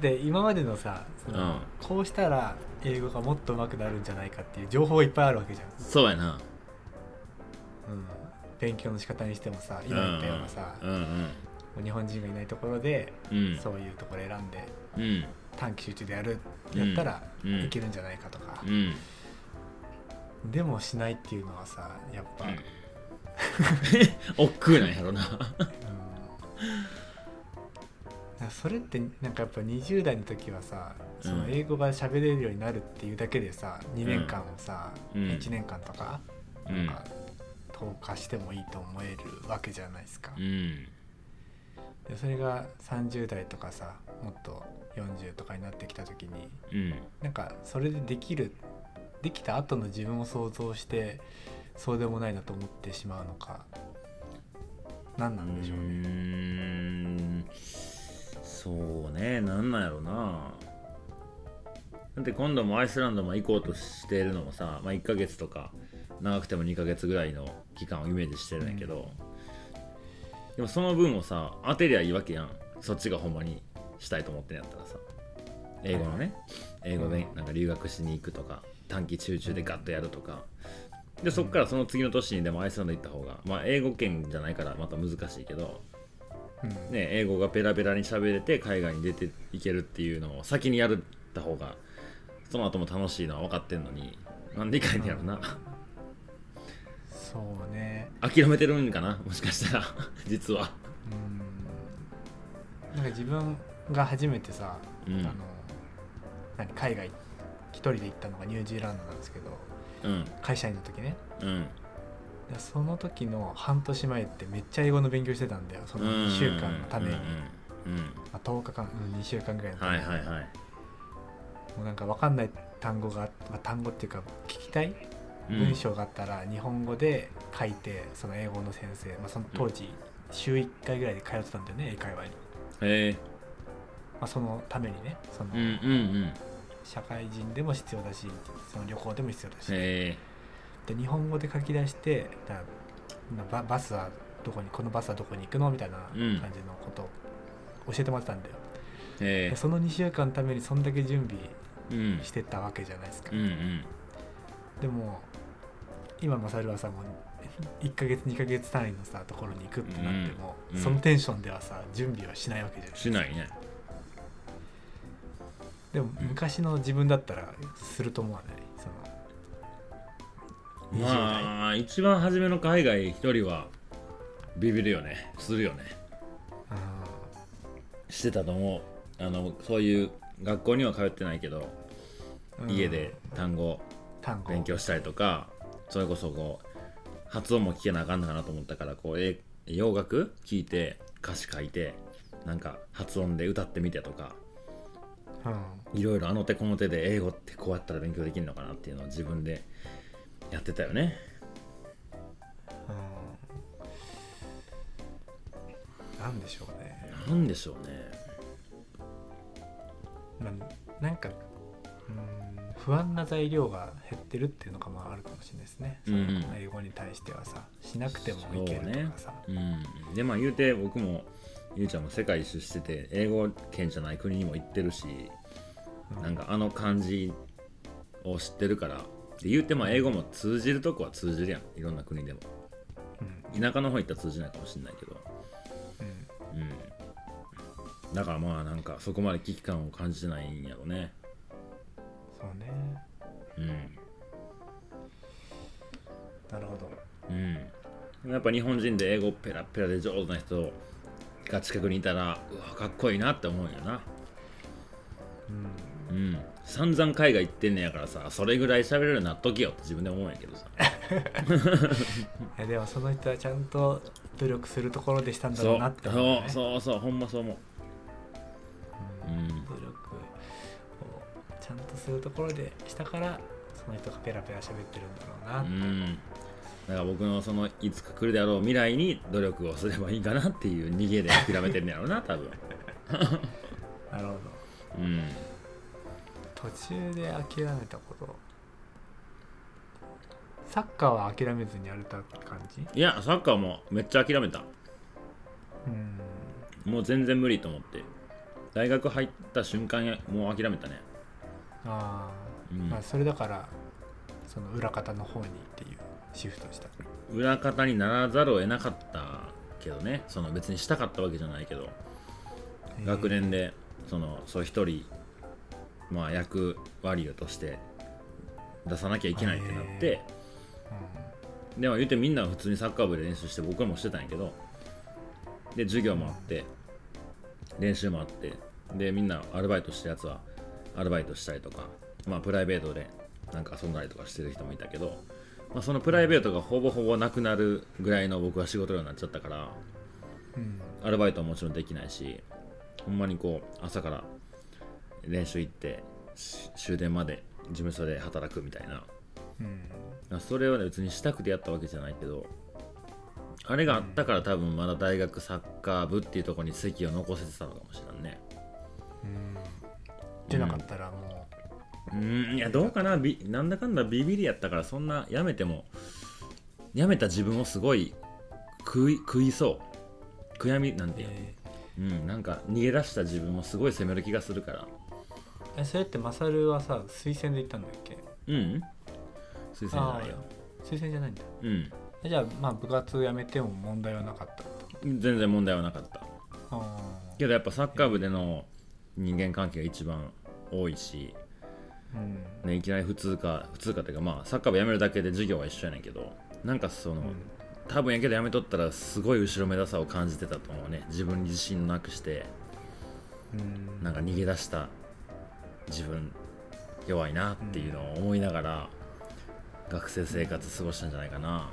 で今までのさその、うんこうしたら英語がもっと上手くなるんじゃないかっていう情報がいっぱいあるわけじゃん、そうやなうん、勉強の仕方にしてもさ今言ったようなさ、うんうんもう日本人がいないところで、うんそういうところ選んでうん短期集中でやるやったらうんいけるんじゃないかとか、うんでもしないっていうのはさやっぱ、うん おっくうなんやろなだからそれってなんかやっぱ20代の時はさうんその英語が喋れるようになるっていうだけでさ2年間をさ、うん1年間とかうなんんか投下してもいいと思えるわけじゃないですか、うんでそれが30代とかさもっと40とかになってきた時にうんなんかそれでできるできた後の自分を想像してそうでもないなと思ってしまうのか何なんでしょううね。ーんそうねなんなんやろなだって今度もアイスランドも行こうとしてるのもさ、まあ、1ヶ月とか長くても2ヶ月ぐらいの期間をイメージしてるんやけど、でもその分をさ当てりゃいいわけやんそっちがほんまにしたいと思ってんやったらさ英語のね英語でなんか留学しに行くとか短期集中でガッとやるとかでそっからその次の年にでもアイスランド行った方が、まあ、英語圏じゃないからまた難しいけどうんね、英語がペラペラに喋れて海外に出ていけるっていうのを先にやるった方がその後も楽しいのは分かってんのになんでいかんねやろなそうね諦めてるんかなもしかしたら 実はうんなんか自分が初めてさ、うんあの何海外一人で行ったのがニュージーランドなんですけどうん会社員の時ねうんでその時の半年前ってめっちゃ英語の勉強してたんだよその2週間のために、うんうんうんまあ、10日間、うん、2週間ぐらういのんたはめいに、はいはいもうなんか分かんない単語が、まあ、単語っていうか聞きたいうん文章があったら日本語で書いてその英語の先生、まあ、その当時週1回ぐらいで通ってたんだよね英会話に、へえまあ、そのためにねそのうんうんうんへ社会人でも必要だしその旅行でも必要だし、えで日本語で書き出してだババスはどこにこのバスはどこに行くのみたいなうん感じのことを教えてもらってたんだよ、へでその2週間のためにそんだけ準備えうんしてたわけじゃないですか、うんうんでも今マサルはさもう1ヶ月2ヶ月単位のさところに行くってなっても、うんうんそのテンションではさ準備はしないわけじゃないしないねでも昔の自分だったらすると思わないその20代、まあ一番初めの海外一人はビビるよねするよねうしてたと思うあのそういう学校には通ってないけど、ん家で単語単語勉強したりとかそれこそこう発音も聞けなあかんのかなと思ったからこうえ洋楽聞いて歌詞書いてなんか発音で歌ってみてとかうんいろいろあの手この手で英語ってこうやったら勉強できるのかなっていうのを自分でやってたよねうんなんでしょうねなんでしょうねななんかうん不安な材料が減ってるっていうのかもあるかもしれないですね、うんうんその英語に対してはさしなくてもいけるとかさそうねうん、でまあ言うて僕もゆうちゃんも世界一周してて英語圏じゃない国にも行ってるしうんなんかあの感じを知ってるからで言うても英語も通じるとこは通じるやんいろんな国でもうん田舎の方行ったら通じないかもしれないけど、うんうん、だからまあなんかそこまで危機感を感じてないんやろねそうねうんなるほどうんでもやっぱ日本人で英語ペラペラで上手な人が近くにいたらうわかっこいいなって思うよなうんうん散々海外行ってんねやからさそれぐらい喋れるようになっときよって自分で思うんやけどさいやでもその人はちゃんと努力するところでしたんだろそうなうって思そうねうそうそうほんまそう思ううんうん努力をちゃんとするところでしたからその人がペラペラ喋ってるんだろうな、うんだから僕のそのいつか来るであろう未来に努力をすればいいかなっていう逃げで諦めてるんやろう な多分なるほどうん途中で諦めたことサッカーは諦めずにやれた感じいやサッカーもめっちゃ諦めたうんもう全然無理と思って大学入った瞬間やもう諦めたねあー、うんまあそれだからその裏方の方にっていうシフトした裏方にならざるを得なかったけどねその別にしたかったわけじゃないけど、学年でそのそう一人まあ役割として出さなきゃいけないってなって、でも言うてみんな普通にサッカー部で練習して僕らもしてたんやけどで授業もあって練習もあってでみんなアルバイトしたやつはアルバイトしたりとかまあプライベートでなんか遊んだりとかしてる人もいたけど、まあ、そのプライベートがほぼほぼなくなるぐらいの僕は仕事量になっちゃったからうん、うんアルバイトはもちろんできないしほんまにこう朝から練習行ってし終電まで事務所で働くみたいなうんまあそれはね別にしたくてやったわけじゃないけどあれがあったから多分まだ大学サッカー部っていうところに席を残せてたのかもしれんねうんでなかったらもうんいやどうかなびなんだかんだビビりやったからそんなやめてもやめた自分をすごい食い食いそう悔やみなんう、ていうの、えうんなんか逃げ出した自分をすごい責める気がするからーえそれってマサルはさ推薦で行ったんだっけうん推薦じゃないよ推薦じゃないんだうんえじゃあまあ部活辞めても問題はなかったと全然問題はなかったあけどやっぱサッカー部での人間関係が一番多いし、ーうんね、いきなり普通科普通科っていうかまあサッカー部やめるだけで授業は一緒やねんけどなんかその、うん多分やけどやめとったらすごい後ろめたさを感じてたと思うね自分に自信なくしてうんなんか逃げ出した自分弱いなっていうのを思いながら学生生活過ごしたんじゃないかな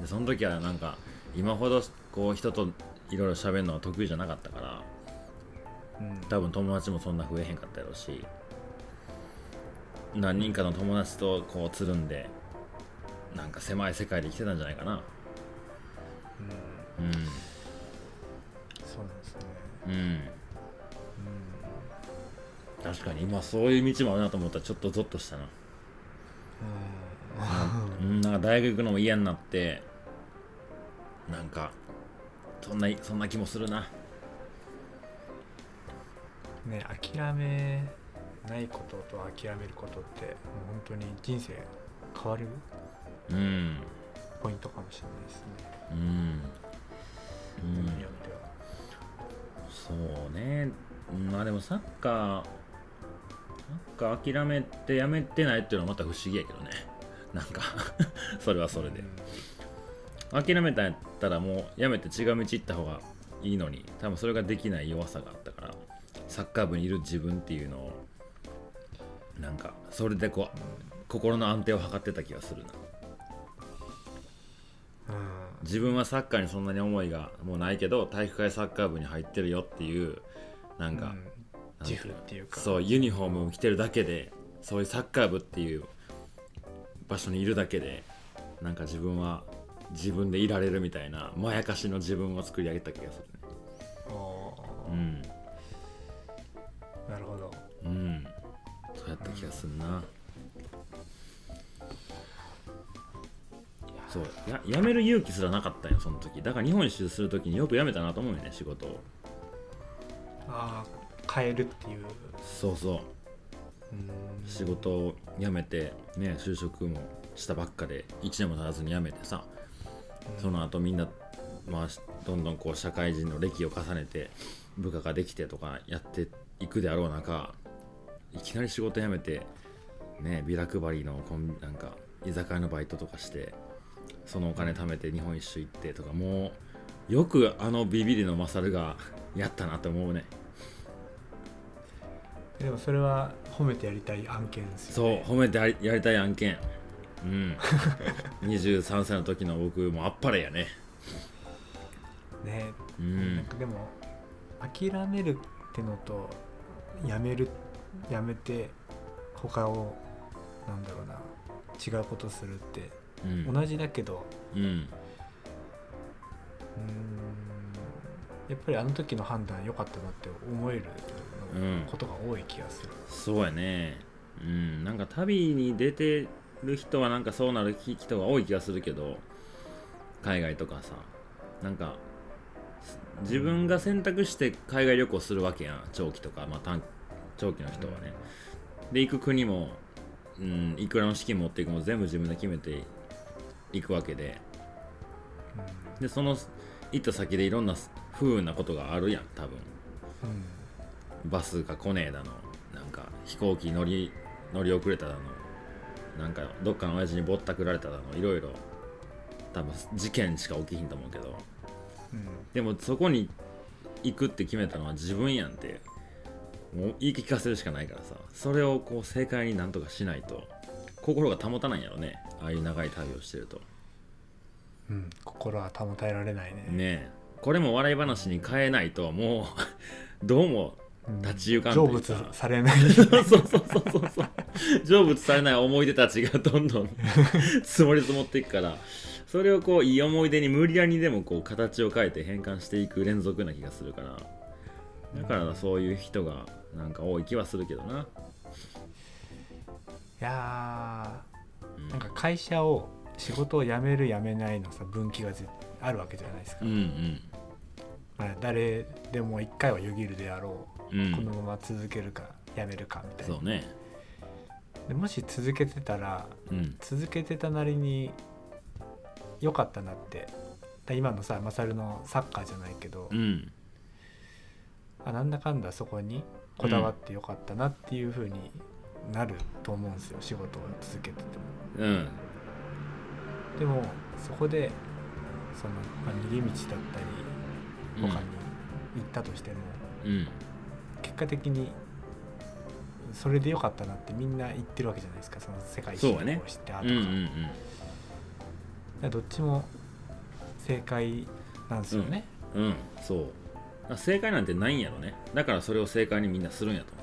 でその時はなんか今ほどこう人といろいろ喋るのは得意じゃなかったからうん多分友達もそんな増えへんかったやろうし何人かの友達とこうつるんでなんか狭い世界で生きてたんじゃないかなうんうそうなんですねんうん確かに今そういう道もあるなと思ったらちょっとゾッとしたなうん、うんうん、なんか大学行くのも嫌になってなんかそんなそんな気もするなね諦めないことと諦めることってもう本当に人生変わるうんポイントかもしれないですね、うん、ううん、にんよ、ってはそうねまあでもサッカーサッカー諦めてやめてないっていうのはまた不思議やけどね なんかそれはそれで諦めたんやったらもうやめて違う道行った方がいいのに多分それができない弱さがあったからサッカー部にいる自分っていうのをなんかそれでこう心の安定を図ってた気がするなうん、うん自分はサッカーにそんなに思いがもうないけど体育会サッカー部に入ってるよっていうなんか、うなんんて自いう負っていうかそうユニフォームを着てるだけでそういうサッカー部っていう場所にいるだけでなんか自分は自分でいられるみたいなまやかしの自分を作り上げた気がするねおーうんなるほどうんそうやった気がするな、そうや辞める勇気すらなかったんよその時だから日本一周する時によく辞めたなと思うよね仕事をああ変えるっていうそうそううん仕事を辞めてね就職もしたばっかで1年も経たずに辞めてさその後みんな、まあ、しどんどんこう社会人の歴を重ねて部下ができてとかやっていくであろう中いきなり仕事辞めて、ね、ビラ配りのコンビなんか居酒屋のバイトとかしてそのお金貯めて日本一周行ってとかもうよくあのビビりのマサルがやったなと思うねでもそれは褒めてやりたい案件ですよそうね褒めてやりやりたい案件うん 23歳の時の僕もあっぱれやねねうなんんかでも諦めるってのとやめるやめて他をなんだろうな違うことするってうん同じだけどうんうーんやっぱりあの時の判断良かったなって思えるうんことが多い気がする、そうやねうんなんか旅に出てる人はなんかそうなる人が多い気がするけど海外とかさなんか自分が選択して海外旅行するわけやん長期とか、まあ、短長期の人はねで行く国も、うん、いくらの資金持っていくも全部自分で決めていくわけででその行った先でいろんな不運なことがあるやん多分うんうんバスが来ねえだのなんか飛行機乗り乗り遅れただのなんかどっかの親父にぼったくられただのいろいろ多分事件しか起きひんと思うけどうんでもそこに行くって決めたのは自分やんってもう言い聞かせるしかないからさそれをこう正解になんとかしないと心が保たないんやろねああいう長い旅をしてるとうん、心は保たえられないねねえこれも笑い話に変えないともう どうもうん立ち行かんと成いうか仏されない そうそうそうそうそう成仏されない思い出たちがどんどん 積もり積もっていくからそれをこういい思い出に無理やりでもこう形を変えて変換していく連続な気がするからだからそういう人がなんか多い気はするけどな、いやうん、ーなんか会社を仕事を辞める辞めないのさ分岐がぜあるわけじゃないですう、かんまあ、誰でも一回はよぎるであろうんうう、このんまま続けるか辞めるかみたいなそうねでもし続けてたらうん続けてたなりに良かったなってだ今のさマサルのサッカーじゃないけど、うんあなんだかんだそこにこだわって良かったなっていう風になると思うんですよ仕事を続けてても。うんでもそこでその、まあ逃げ道だったりう他んに行ったとしても、うん結果的にそれで良かったなってみんな言ってるわけじゃないですかその世界一そう周やねをしてあうとんうか,、んどっちも正解なんですよね。うんうんそうだから正解なんてないんやろねだからそれを正解にみんなするんやと思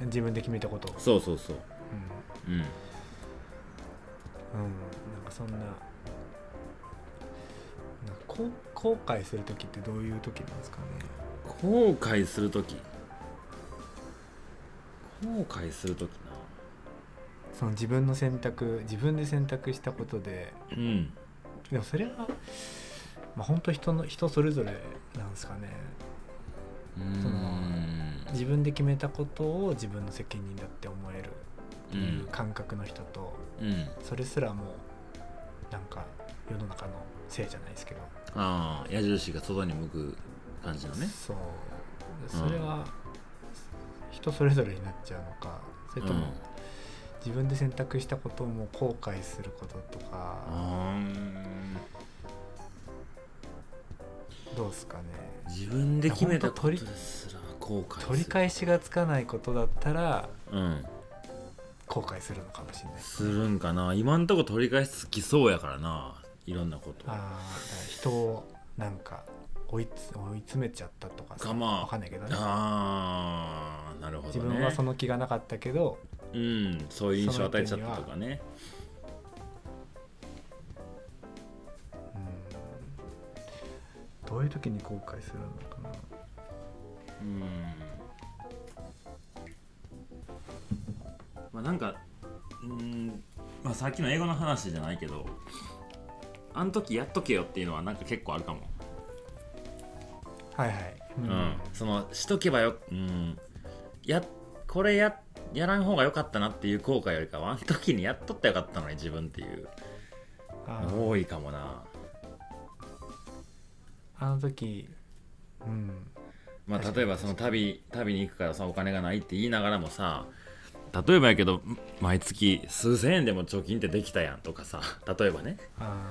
う自分で決めたことを、そうそうそううんうんうん、なんかそんななんかこう後悔する時ってどういう時なんですかね後悔するとき後悔するときなその自分の選択自分で選択したことでうんでもそれは、まあ、本当人の人それぞれなんですかねうそのん自分で決めたことを自分の責任だって思えるっていう感覚の人と、うんそれすらもうなんか世の中のせいじゃないですけど、ああ矢印が外に向く感じのねそうそれは人それぞれになっちゃうのかそれとも自分で選択したことをもう後悔することとうかんどうですかね自分で決めたこといでやほんとすら後悔する取り返しがつかないことだったらうん後悔するのかもしれないするんかな今んとこ取り返しつきそうやからないろんなこと我あーだから人をなんか追いつ追い詰めちゃったとかさ慢わかんないけどねああなるほどね自分はその気がなかったけどうんそういう印象を与えちゃったとかねうんどういう時に後悔するのかなうんまあなんかうーん、まあ、さっきの英語の話じゃないけどあの時やっとけよっていうのはなんか結構あるかも、はいはい、ううんそのしとけばよ、うん、やこれややらん方が良かったなっていう後悔よりかはあの時にやっとったらよかったのに自分っていうあー多いかもなあの時うんまあ、確かに例えばその旅旅に行くからさお金がないって言いながらもさ例えばやけどん毎月数千円でも貯金ってできたやんとかさ 例えばねあ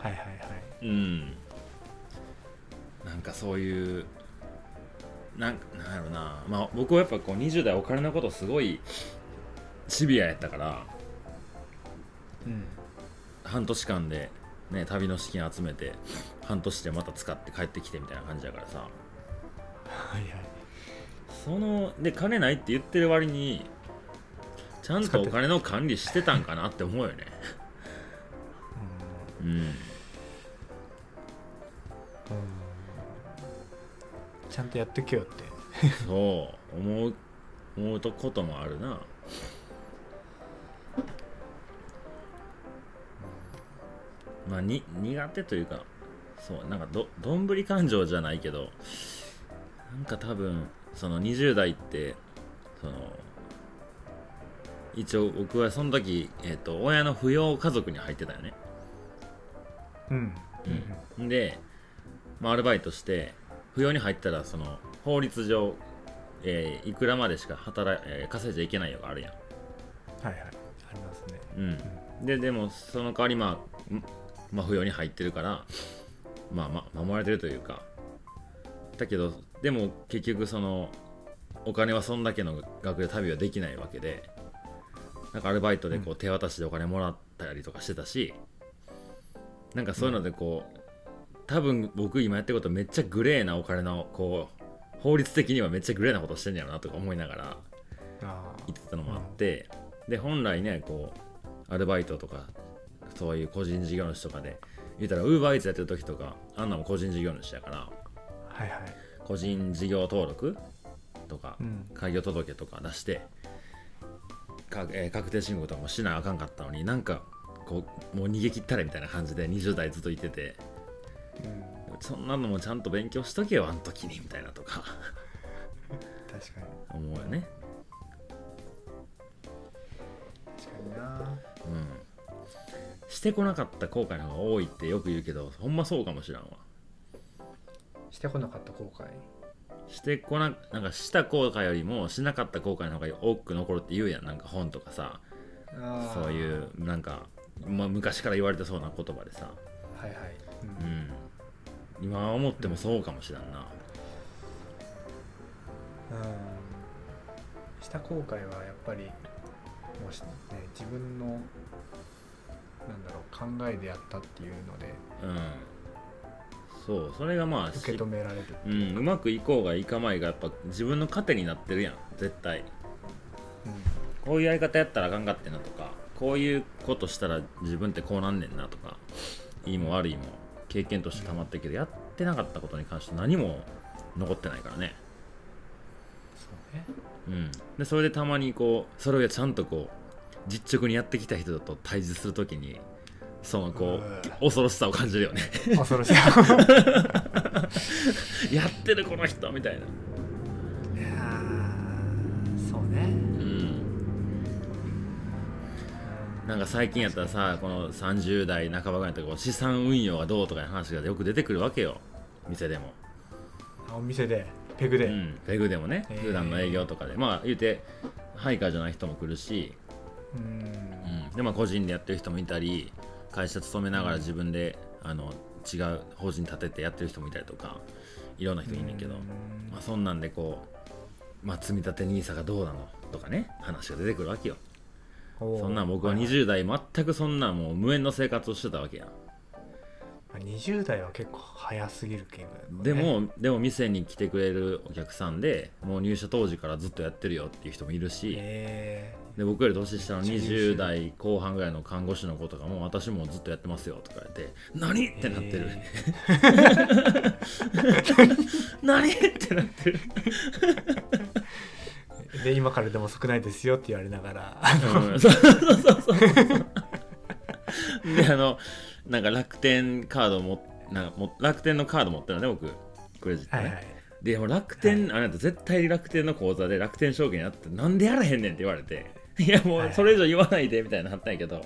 ーはいはいはいうんなんかそういうなんなんやろな、まあ、僕はやっぱこう20代お金のことすごいシビアやったからうん半年間で、ね、旅の資金集めて半年でまた使って帰ってきてみたいな感じやからさ、はいはいそので金ないって言ってる割にちゃんとお金の管理してたんかなって思うよねうんうん、うん、ちゃんとやってけよってそう思う思うとこともあるなまあに苦手というかそうなんかどどんぶり感情じゃないけどなんか多分その20代ってその一応僕はその時、えー、と親の扶養家族に入ってたよね、うんうん、で、まあ、アルバイトして扶養に入ったらその法律上、えーいくらまでしか働い、えー稼いじゃいけないよがあるやんはいはいありますねうん、ででもその代わりまあ、んまあ、扶養に入ってるから、まあ、まあ守られてるというかだけどでも結局そのお金はそんだけの額で旅はできないわけでなんかアルバイトでこう手渡しでお金もらったりとかしてたし、なんかそういうのでこう、多分僕今やってることめっちゃグレーなお金のこう法律的にはめっちゃグレーなことしてんやろなとか思いながらああ行ってたのもあって、で本来ねこうアルバイトとかそういう個人事業主とかで言ったらウーバーイーツやってる時とかあんなも個人事業主だからはいはい個人事業登録とか、うん開業届とか出してか、えー確定申告とかもしなあかんかったのになんかこうもう逃げ切ったれみたいな感じで20代ずっといててうんそんなのもちゃんと勉強しとけよあの時にみたいなとか 確かに思うよね。確かになうん、してこなかった後悔の方が多いってよく言うけどほんまそうかもしらんわしてこなかった後悔してこななんかした後悔よりもしなかった後悔の方が多く残るって言うやんなんか本とかさあーそういうなんか、まあ、昔から言われてそうな言葉でさ、はいはい、うんうん、今思ってもそうかもしらんなうんした後悔はやっぱりもうし、ね、自分のなんだろう考えでやったっていうのでうん、そうそれがまあ受け止められるうん、うまくいこうがいかまいがやっぱ自分の糧になってるやん絶対うこういうやり方やったらあかんかってんなとかこういうことしたら自分ってこうなんねんなとかいいも悪いも経験として溜まってるけどやってなかったことに関して何も残ってないからね、んそううねん、でそれでたまにこうそれをちゃんとこう実直にやってきた人と対峙するときにそのこうう恐ろしさを感じるよね 恐ろしいやってるこの人みたいな、そうねうん、なんか最近やったらさこの30代半ばぐらいの時こう資産運用がどうとかいう話がよく出てくるわけよ店でも。お店でペグで、うん、ペグでもね、えー普段の営業とかでまあ言うてハイカーじゃない人も来るし、ううんんでまあ、個人でやってる人もいたり会社勤めながら自分であの違う法人立ててやってる人もいたりとかいろんな人いんねんけど、うんまあ、そんなんでこう、まあ、積み立て NISA がどうなのとかね話が出てくるわけよおーそんなん僕ははい20代全くそんなんもう無縁の生活をしてたわけやんはい20代は結構早すぎるけど、ね、でも、でも店に来てくれるお客さんでもう入社当時からずっとやってるよっていう人もいるし、えで僕より年下のめっちゃ優秀20代後半ぐらいの看護師の子とかも私もずっとやってますよとか言って「何?」ってなってるえ「何?」って なってる、ーで今からでも遅くないですよって言われな がらうん、そうそうそうそう であのなんか楽天カードもなんかも楽天のカード持ってるのね僕クレジットはね、いはいでもう楽天、あなた絶対楽天の口座で楽天証券やってなんでやらへんねんって言われ ていやもはいうはいそれ以上言わないでみたいなのあったんやけ ど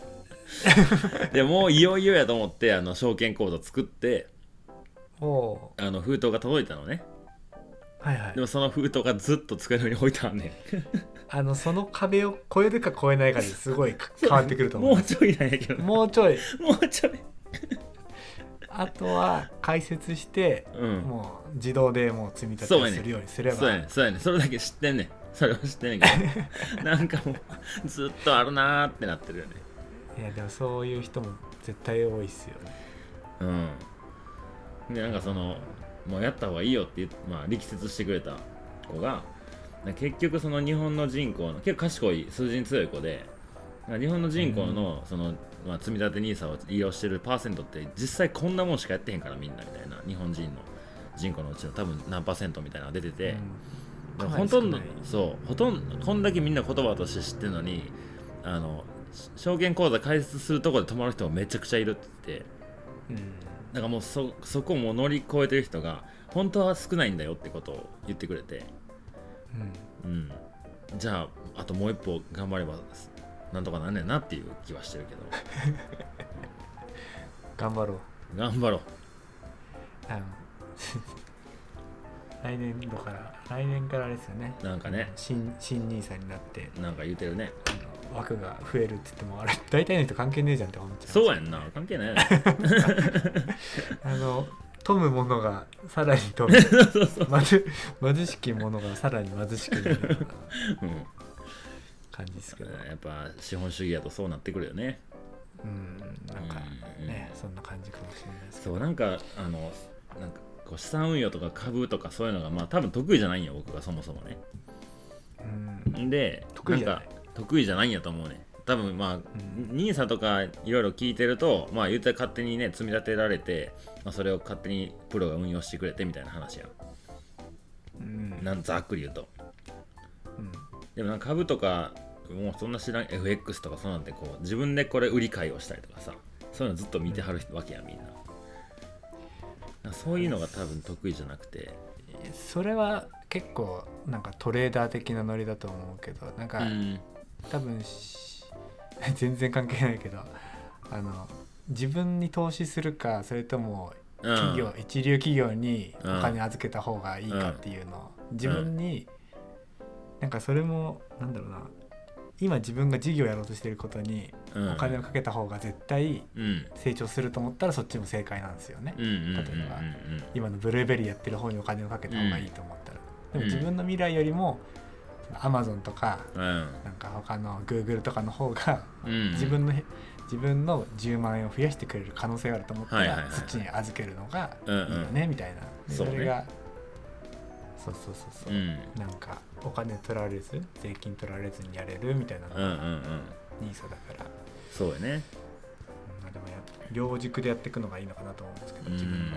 でもういよいよやと思ってあの証券口座作っておおあの封筒が届いたのねーはいはいでもその封筒がずっと机の上に置いてあんねんあのその壁を越えるか越えないかですごい か変わってくると思もううちょいなんやけどももうちょいうちょいあとは解説して、うんもう自動でもう積み立てをするようにすればそうやねんそうやねんそれだけ知ってんねんそれは知ってんねんけ どなんかもうずっとあるなーってなってるよねいやでもそういう人も絶対多いっすよねうんでなんかそのもうやった方がいいよって言って、まあ、力説してくれた子がなんか結局その日本の人口の結構賢い数字に強い子でなんか日本の人口のその、まあ、積み立て NISA を利用してるパーセントって実際こんなもんしかやってへんからみんなみたいな日本人の人口のうちの多分何パーセントみたいなのが出てて、うんほとんどかなり少ないそうほとんどこんだけみんな言葉として知ってるのにあのし証券口座開設するとこで泊まる人もめちゃくちゃいるって言ってうんだからもうそそこをもう乗り越えてる人が本当は少ないんだよってことを言ってくれて、うんうん、じゃああともう一歩頑張ればなんとかなんねんなっていう気はしてるけど頑張ろう頑張ろうあの 来年度から来年からあれですよねなんかね新新兄さんになってなんか言うてるねあの枠が増えるって言ってもあれ大体の人関係ねえじゃんって思っちゃそううやんな関係ないよねあの富むものがさらに富む 貧貧しきものがさらに貧しくなるようなうん感じですけど、やっぱ資本主義やとそうなってくるよねうんなんかね、うんそんな感じかもしれないですけそうなんかあのなんかこう資産運用とか株とかそういうのがまあ多分得意じゃないんよ僕がそもそもねど、うん、で得意じゃないんか得意じゃないんやと思うね多分まあ、ん兄さんとかいろいろ聞いてるとまあ言うたら勝手にね積み立てられて、まあ、それを勝手にプロが運用してくれてみたいな話やんうんなんざっくり言うとうんでもなんか株とかもうそんな知らん FX とかそうなんてこう自分でこれ売り買いをしたりとかさそういうのずっと見てはるわけやみんななんかそういうのが多分得意じゃなくてそれは結構なんかトレーダー的なノリだと思うけどなんか、うん多分し 全然関係ないけどあの自分に投資するかそれともうん企業、一流企業におうん金預けた方がいいかっていうのを、自分に、なんかそれもなんだろうな今自分が事業やろうとしてることにうんお金をかけた方が絶対うん成長すると思ったらそっちも正解なんですよね、うんうんうんうん例えば今のブルーベリーやってる方にお金をかけた方がいいと思ったら、でも自分の未来よりもアマゾンとかうんなんか他の Google とかの方がうん自分のへ自分の10万円を増やしてくれる可能性があると思ったら、はいはいはいはいそっちに預けるのがうんいいよね、みたいなでそうねれがそうそうそうそうう、んなんかお金取られず税金取られずにやれるみたいなのうんうんうがん NISA だから、そうやねうんまあでもや両軸でやっていくのがいいのかなと思うんですけどう自分んの、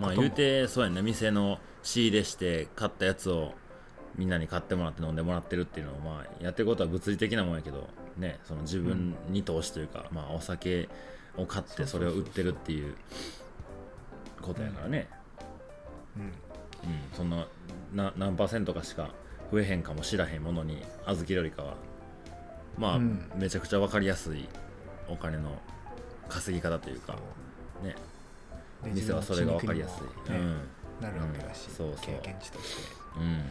まあ言うてそうやね店の仕入れして買ったやつをみんなに買ってもらって飲んでもらってるっていうのをまあやってることは物理的なもんやけどねその自分に投資というか、まあお酒を買ってそれを売ってるっていうことやからねうんうんそんなな何パーセントかしか増えへんかもしらへんものに預けるよりかはまあ、うんめちゃくちゃ分かりやすいお金の稼ぎ方というかねで店はそれが分かりやす自分のい、地域にもねなるわけだし、うんそうそう経験値としてうんうん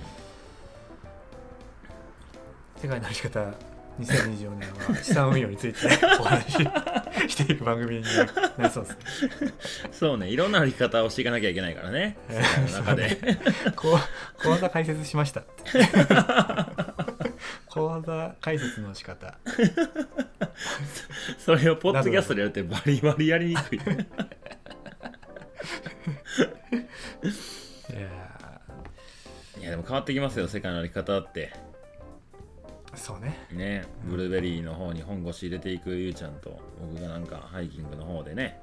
世界の歩き方2024年は資産運用について お話ししていく番組になりそうですねそうねいろんな歩き方をしていかなきゃいけないから ね世界の中 で こう講座解説 しました講座解説の仕方それをポッドキャストでやるってバリバリやりにくいねいやいやでも変わってきますよ世界の歩き方ってーそうねねブルーベリーの方に本腰入れていくゆうちゃんと僕がなんかハイキングの方でね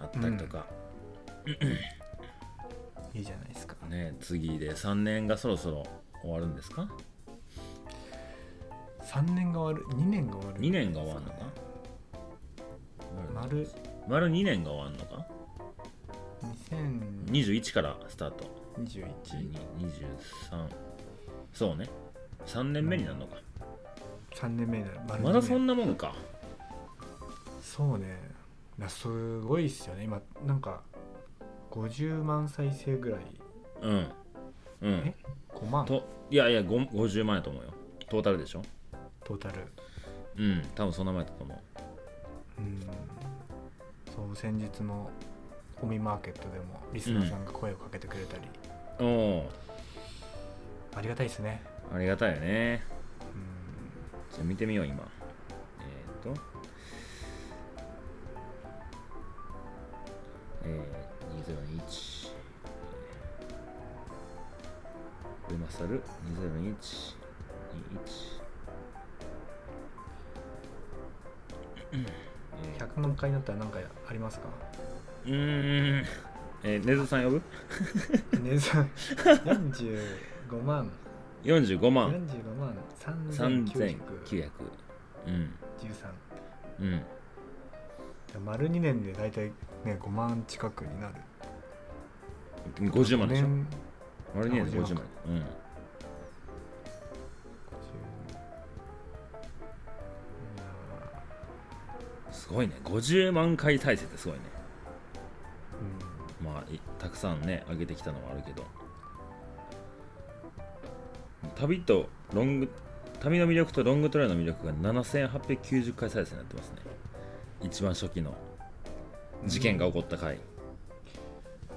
あったりとか、いいじゃないですかね次で3年がそろそろ終わるんですか3年が終わる2年が終わる2年が終わるのか丸丸2年が終わるのか2021 21からスタート1223そうね3年目になるのか、 3年目になる丸まだそ二年んなもんかそうねいやすごいっすよね今なんか50万再生ぐらいうんうんえ5万といやいやご50万やと思うよトータルでしょトータルうん多分そんなもんやったと思うんそう先日のホミマーケットでもリスナーさんが声をかけてくれたり、うおおありがたいですねありがたいよねうんじゃあ見てみよう今えっ、ー、とえー、201ルマサル2021 21えー100万回になったら何かあ りますかうーんえー、ねずさん呼ぶ姉さん45万 ?45 万45万3913 3900うんうんじゃあ丸2年で大体ね5万近くになる50万でしょ年割には50 50万万うんすごいね50万回再生ってすごいねうまあいたくさんね上げてきたのはあるけど旅とロング旅の魅力とロングトレイルの魅力が7890回再生になってますね一番初期のん事件が起こった回、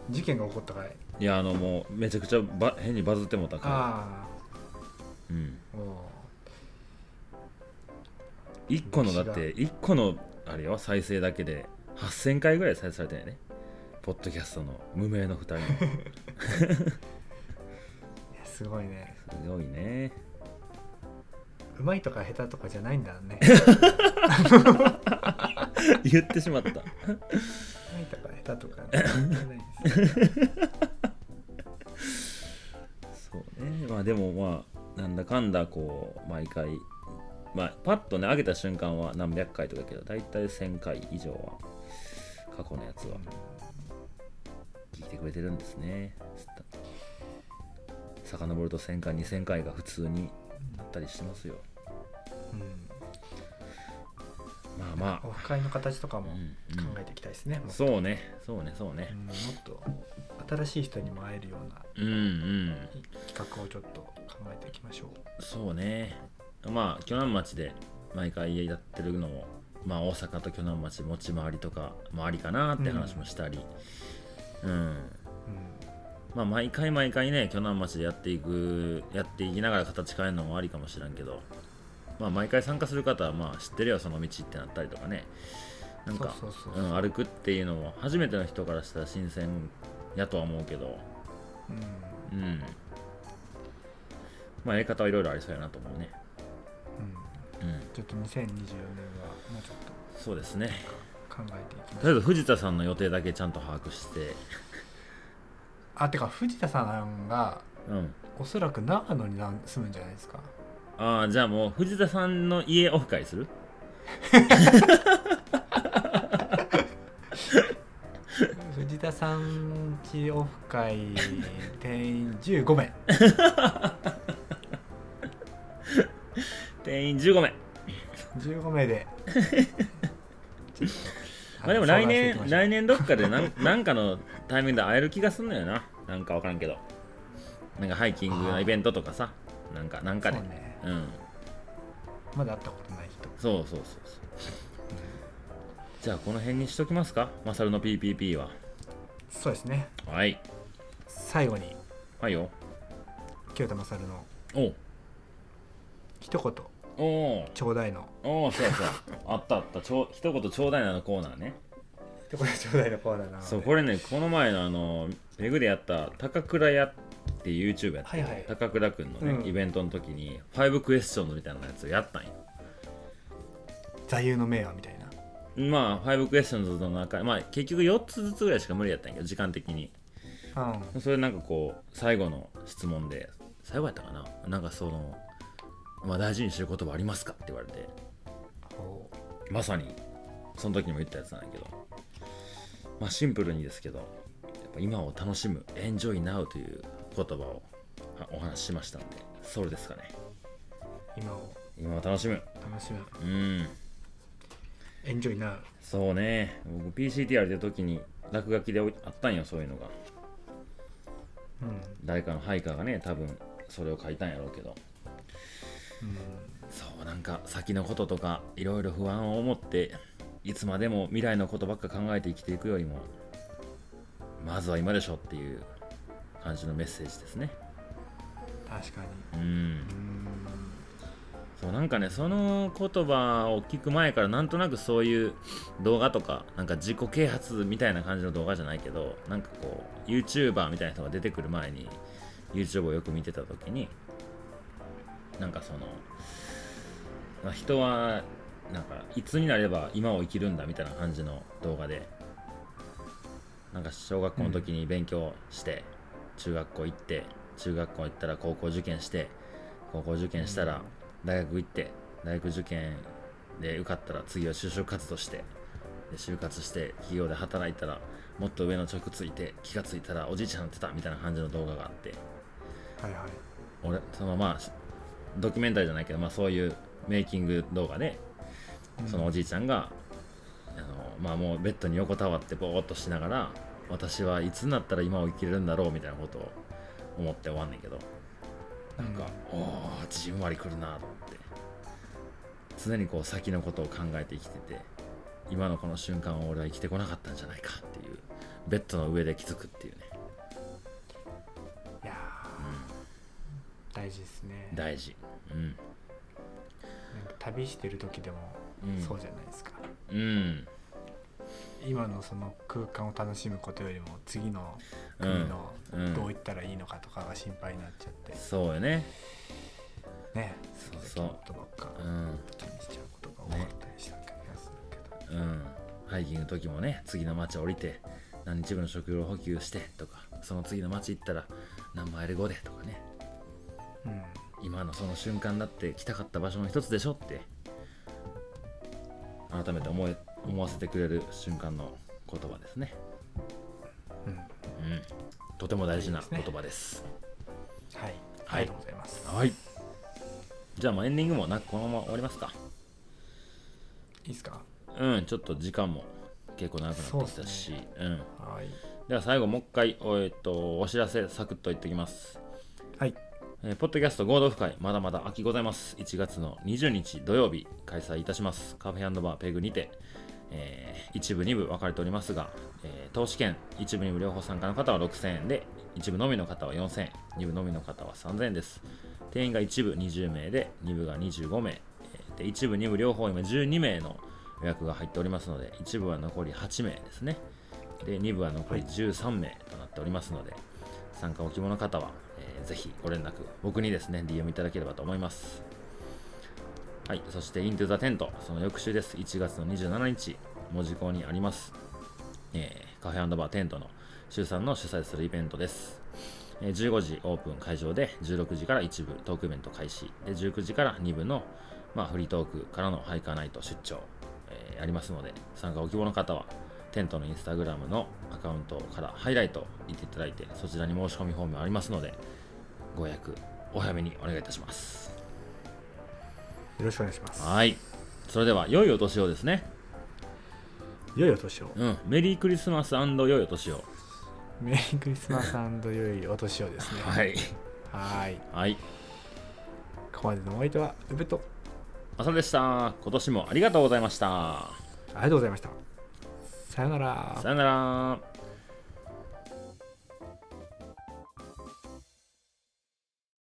事件が起こったからいやあのもうめちゃくちゃば変にバズってもうた回あうん、あも1個のだって1個のあれよ再生だけで8000回ぐらい再生されてないねポッドキャストの無名の2人のういやすごいねすごいねうまいとか下手とかじゃないん だね 言ってしまったうまいとか下手とか関係ないです よそうねまあでもまあなんだかんだこう毎回まあパッとね上げた瞬間は何百回とかやけど大体1000回以上は過去のやつは聞いてくれてるんですね遡ると1000回2000回が普通になったりしてますようんまあまオフ会の形とかあ、もうんうん考えていきたいですね、もっとそうねそうねそううねんもっと新しい人にも会えるようなうんうん企画をちょっと考えていきましょうそうねまあ鋸南町で毎回やってるのもまあ大阪と鋸南町持ち回りとかもありかなって話もしたりうん、うんまあ毎回毎回ね鋸南町でやっていくやっていきながら形変えるのもありかもしらんけどまあ毎回参加する方はまあ知ってるよその道ってなったりとかねなんかそうそうそううそうん歩くっていうのも初めての人からしたら新鮮やとは思うけどうんうんまあやり方はいろいろありそうやなと思うねうんうんちょっと2024年はもうちょっそうですね。と考えていきとましりあょえうず藤田さんの予定だけちゃんと把握して、あてか藤田さんがうん。おそらく長野にな住むんじゃないですかああ、じゃあもう藤田さんの家オフ会する藤田さんちオフ会定員15名定員15名。 15名でちょっと まあでも来相談していき年、ましょう来年どっかでなん なんかのタイミングで会える気がすんのよな。なんかわからんけど。なんかハイキングのイベントとかさ、なんか、なんかで。そうねうん。まだ会ったことない人そうそうそうそう。じゃあこの辺にしときますか、マサルの PPP は。そうですねはい。最後にはいよ。清田勝のおう一言おうちょうだいのおおそうやそう や。あったあった。ちょう一言ちょうだいなのコーナーね。一言ちょうだいのコーナーなのでそうこれねこの前のあのメグでやった高倉屋っていう YouTube やって、はいはい高倉君のね、うんイベントの時に5クエスチョンみたいなやつをやったんよ座右の銘はみたいなまあ5クエスチョンズの中まあ結局4つずつぐらいしか無理やったんやけど時間的にうんそれなんかこう最後の質問で最後やったかななんかその、まあ、大事にしてる言葉ありますかって言われてこまさにその時にも言ったやつなんだけどまあシンプルにですけどやっぱ今を楽しむ「Enjoy Now」という言葉をはお話ししましたんでそれですかねう今を今を楽しむ楽しむうんエンジョイなそうね僕 PCTR 出た時に落書きでおいあったんよそういうのがうん、誰かのハイカーがね多分それを書いたんやろうけどうん、そうなんか先のこととかいろいろ不安を持っていつまでも未来のことばっか考えて生きていくよりもまずは今でしょっていう感じのメッセージですね確かにうんうんそうなんかねその言葉を聞く前からなんとなくそういう動画とかなんか自己啓発みたいな感じの動画じゃないけどなんかこう YouTuber みたいな人が出てくる前に YouTube をよく見てた時になんかその、まあ、人はなんかいつになれば今を生きるんだみたいな感じの動画でなんか小学校の時に勉強して、中学校行って中学校行ったら高校受験して高校受験したら大学行って大学受験で受かったら次は就職活動して就活して企業で働いたらもっと上の職ついて気がついたらおじいちゃんになってたみたいな感じの動画があってはいはい俺そのまあしドキュメンタリーじゃないけど、まあ、そういうメイキング動画でうんそのおじいちゃんが、あのまあ、もうベッドに横たわってぼーっとしながら私はいつになったら今を生きれるんだろうみたいなことを思って終わんねんけどなんか、おおーじんわりくるなと思って常にこう先のことを考えて生きてて今のこの瞬間を俺は生きてこなかったんじゃないかっていうベッドの上で気づくっていうね、いやー大事ですねうん、な大んか事うん旅してる時でもうんそうじゃないですか、うん今のその空間を楽しむことよりも次のう国んのうんどういったらいいのかとかが心配になっちゃって、そうよねねそう先そう々のことばっうかん気にしちゃうことが多かったりした気がするけど、うんハイキングの時もね次の町降りて何日分の食料補給してとかその次の町行ったら何マイル後でとかねうん今のその瞬間だって来たかった場所の一つでしょって改めて思え思わせてくれる瞬間の言葉ですね、うん、うん、とても大事な言葉ですはい、はいありがとうございます。はいじゃあもうエンディングもなくこのまま終わりますかいいですか。うんちょっと時間も結構長くなってきたしそううっんはい。では最後もう一回、おえっと、お知らせサクッと言ってきます、はい。えーポッドキャスト合同深いまだまだ秋ございます1月の20日土曜日開催いたしますカフェバーペグにて、えー一部二部分かれておりますが、えー投資券一部二部両方参加の方は6000円で一部のみの方は4000円二部のみの方は3000円です定員が一部20名で二部が25名えーで一部二部両方今12名の予約が入っておりますので一部は残り8名ですねで2部は残り13名となっておりますので、参加お希望の方は、えーぜひご連絡僕にですね DM いただければと思いますはいそして Into the Tent その翌週です1月の27日文字工にあります、えーカフェバーテントの週3の主催するイベントですえー15時オープン会場で16時から一部トークイベント開始で19時から2部の、まあ、フリートークからのハイカーナイト出張、えーありますので参加ご希望の方はテントのインスタグラムのアカウントからハイライト見ていただいてそちらに申し込みフォームありますのでご予約お早めにお願いいたしますよろしくお願いします。はいそれでは良いお年をですねい。よいお年を。うんメリークリスマス良いお年をメリークリスマス良いお年をですね。はいはい。はいここまでのお相手はうべと。朝でした今年もありがとうございましたありがとうございました。さよなら。さよなら